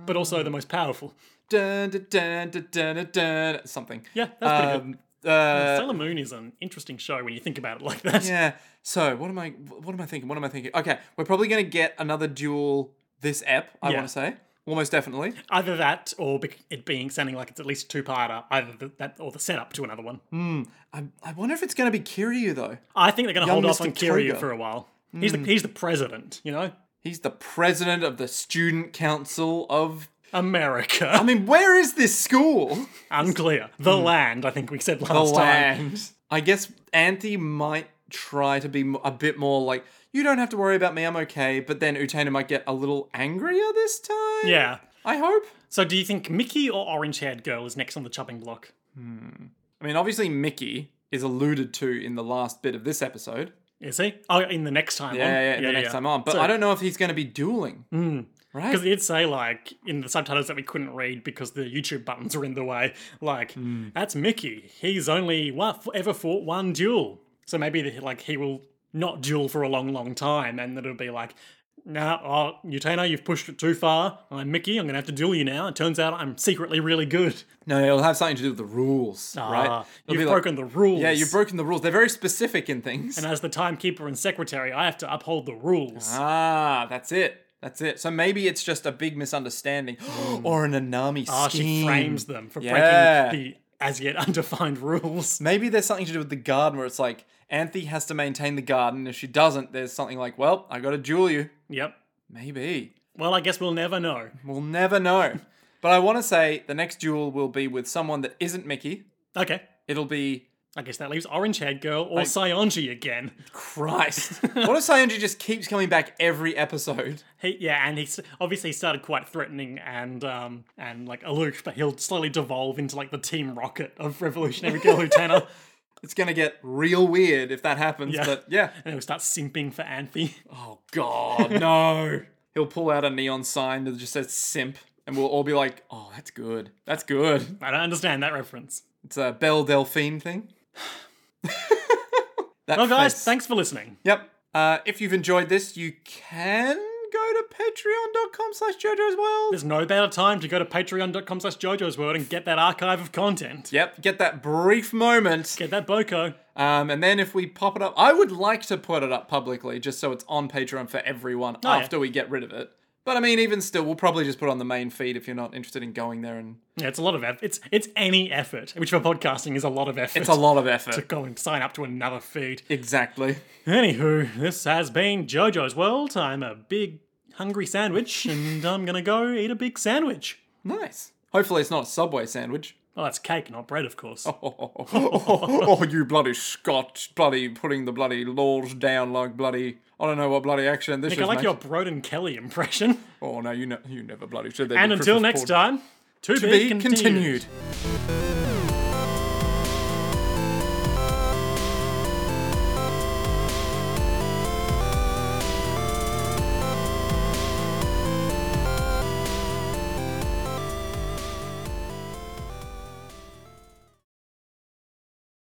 S1: but also the most powerful.
S2: Dun, dun, dun, dun, dun, dun, something.
S1: Yeah, that's pretty good.
S2: Um, uh,
S1: Sailor Moon is an interesting show when you think about it like that.
S2: Yeah. So what am I? What am I thinking? What am I thinking? Okay, we're probably gonna get another duel this ep. I
S1: Yeah.
S2: want to say almost definitely.
S1: Either that, or bec- it being sounding like it's at least two-parter. Either the, that, or the setup to another one.
S2: I, I wonder if it's gonna be Kiryu though.
S1: I think they're going to hold off
S2: Mr.
S1: on Kiryu
S2: Toga. Hmm.
S1: for a while. He's the he's the president, you know,
S2: He's the president of the student council of. I
S1: America.
S2: mean, where is this school?
S1: Unclear. The
S2: hmm.
S1: land, I think we said last time.
S2: I guess Anthe might try to be m- a bit more like you don't have to worry about me. I'm okay. But then Utena might get a little angrier this time.
S1: Yeah.
S2: I hope.
S1: So do you think Mickey or Orange Haired Girl is next on the chopping block?
S2: I mean, obviously Mickey is alluded to in the last bit of this episode.
S1: Is he? Oh, in the next time on.
S2: Yeah, yeah, yeah, the next time on. But I don't know if he's going to be dueling.
S1: Mm.
S2: Right?
S1: Because it'd say, like, in the subtitles that we couldn't read because the YouTube buttons were in the way, like,
S2: Hmm.
S1: that's Mickey. He's only one, ever fought one duel. So maybe, the, like, he will not duel for a long, long time, and it'll be like, nah, oh, Utena, you've pushed it too far. I'm Mickey. I'm going to have to duel you now. It turns out I'm secretly really good.
S2: No, it'll have something to do with the rules, right?
S1: Ah,
S2: It'll be
S1: you've
S2: like,
S1: broken the rules.
S2: Yeah, you've broken the rules. They're very specific in things.
S1: And as the timekeeper and secretary, I have to uphold the rules.
S2: ah, that's it. That's it. So maybe it's just a big misunderstanding or an Anami
S1: Mm. Ah, she
S2: scheme.
S1: frames them for
S2: Yeah.
S1: breaking the as yet undefined rules.
S2: Maybe there's something to do with the garden where it's like Anthe has to maintain the garden. If she doesn't, there's something like, well, I got to duel you.
S1: Yep.
S2: Maybe.
S1: Well, I guess we'll never know.
S2: We'll never know. but I want to say the next duel will be with someone that isn't Mickey.
S1: Okay.
S2: It'll be
S1: I guess that leaves Orange Head Girl or Sionji again.
S2: Christ. what if Sanji just keeps coming back every episode?
S1: He, yeah, and he's obviously he started quite threatening and um and like aloof, but he'll slowly devolve into like the Team Rocket of Revolutionary Girl Lieutenant,
S2: It's gonna get real weird if that happens,
S1: Yeah.
S2: but yeah.
S1: and he'll start simping for Anthe.
S2: Oh god, no. He'll pull out a neon sign that just says simp, and we'll all be like, oh, that's good. That's good.
S1: I don't understand that reference.
S2: It's a Belle Delphine thing. that
S1: Well, guys,
S2: face.
S1: thanks for listening.
S2: Yep. Uh, if you've enjoyed this, you can go to patreon.com slash JoJo's World.
S1: There's no better time to go to patreon.com slash JoJo's World and get that archive of content.
S2: Yep, get that brief moment.
S1: Get that Boko.
S2: Um, and then if we pop it up, I would like to put it up publicly just so it's on Patreon for everyone
S1: Oh, yeah.
S2: after we get rid of it. But I mean, even still, we'll probably just put it on the main feed if you're not interested in going there. And
S1: Yeah, it's a lot of effort. It's it's any effort, which for podcasting is a lot of effort.
S2: it's a lot of
S1: to
S2: effort.
S1: go and sign up to another feed.
S2: Exactly.
S1: Anywho, this has been JoJo's World. I'm a big hungry sandwich, and I'm gonna go eat a big sandwich.
S2: Nice. Hopefully, it's not a Subway sandwich.
S1: Oh, that's cake, not bread, of course.
S2: Oh, oh, you bloody Scotch, bloody putting the bloody laws down like bloody. I don't know what bloody action this
S1: Nick,
S2: is.
S1: I like
S2: mate.
S1: your Broden Kelly impression.
S2: Oh no, you know, you never bloody should.
S1: And until next time, to,
S2: to
S1: be,
S2: be
S1: continued.
S2: continued.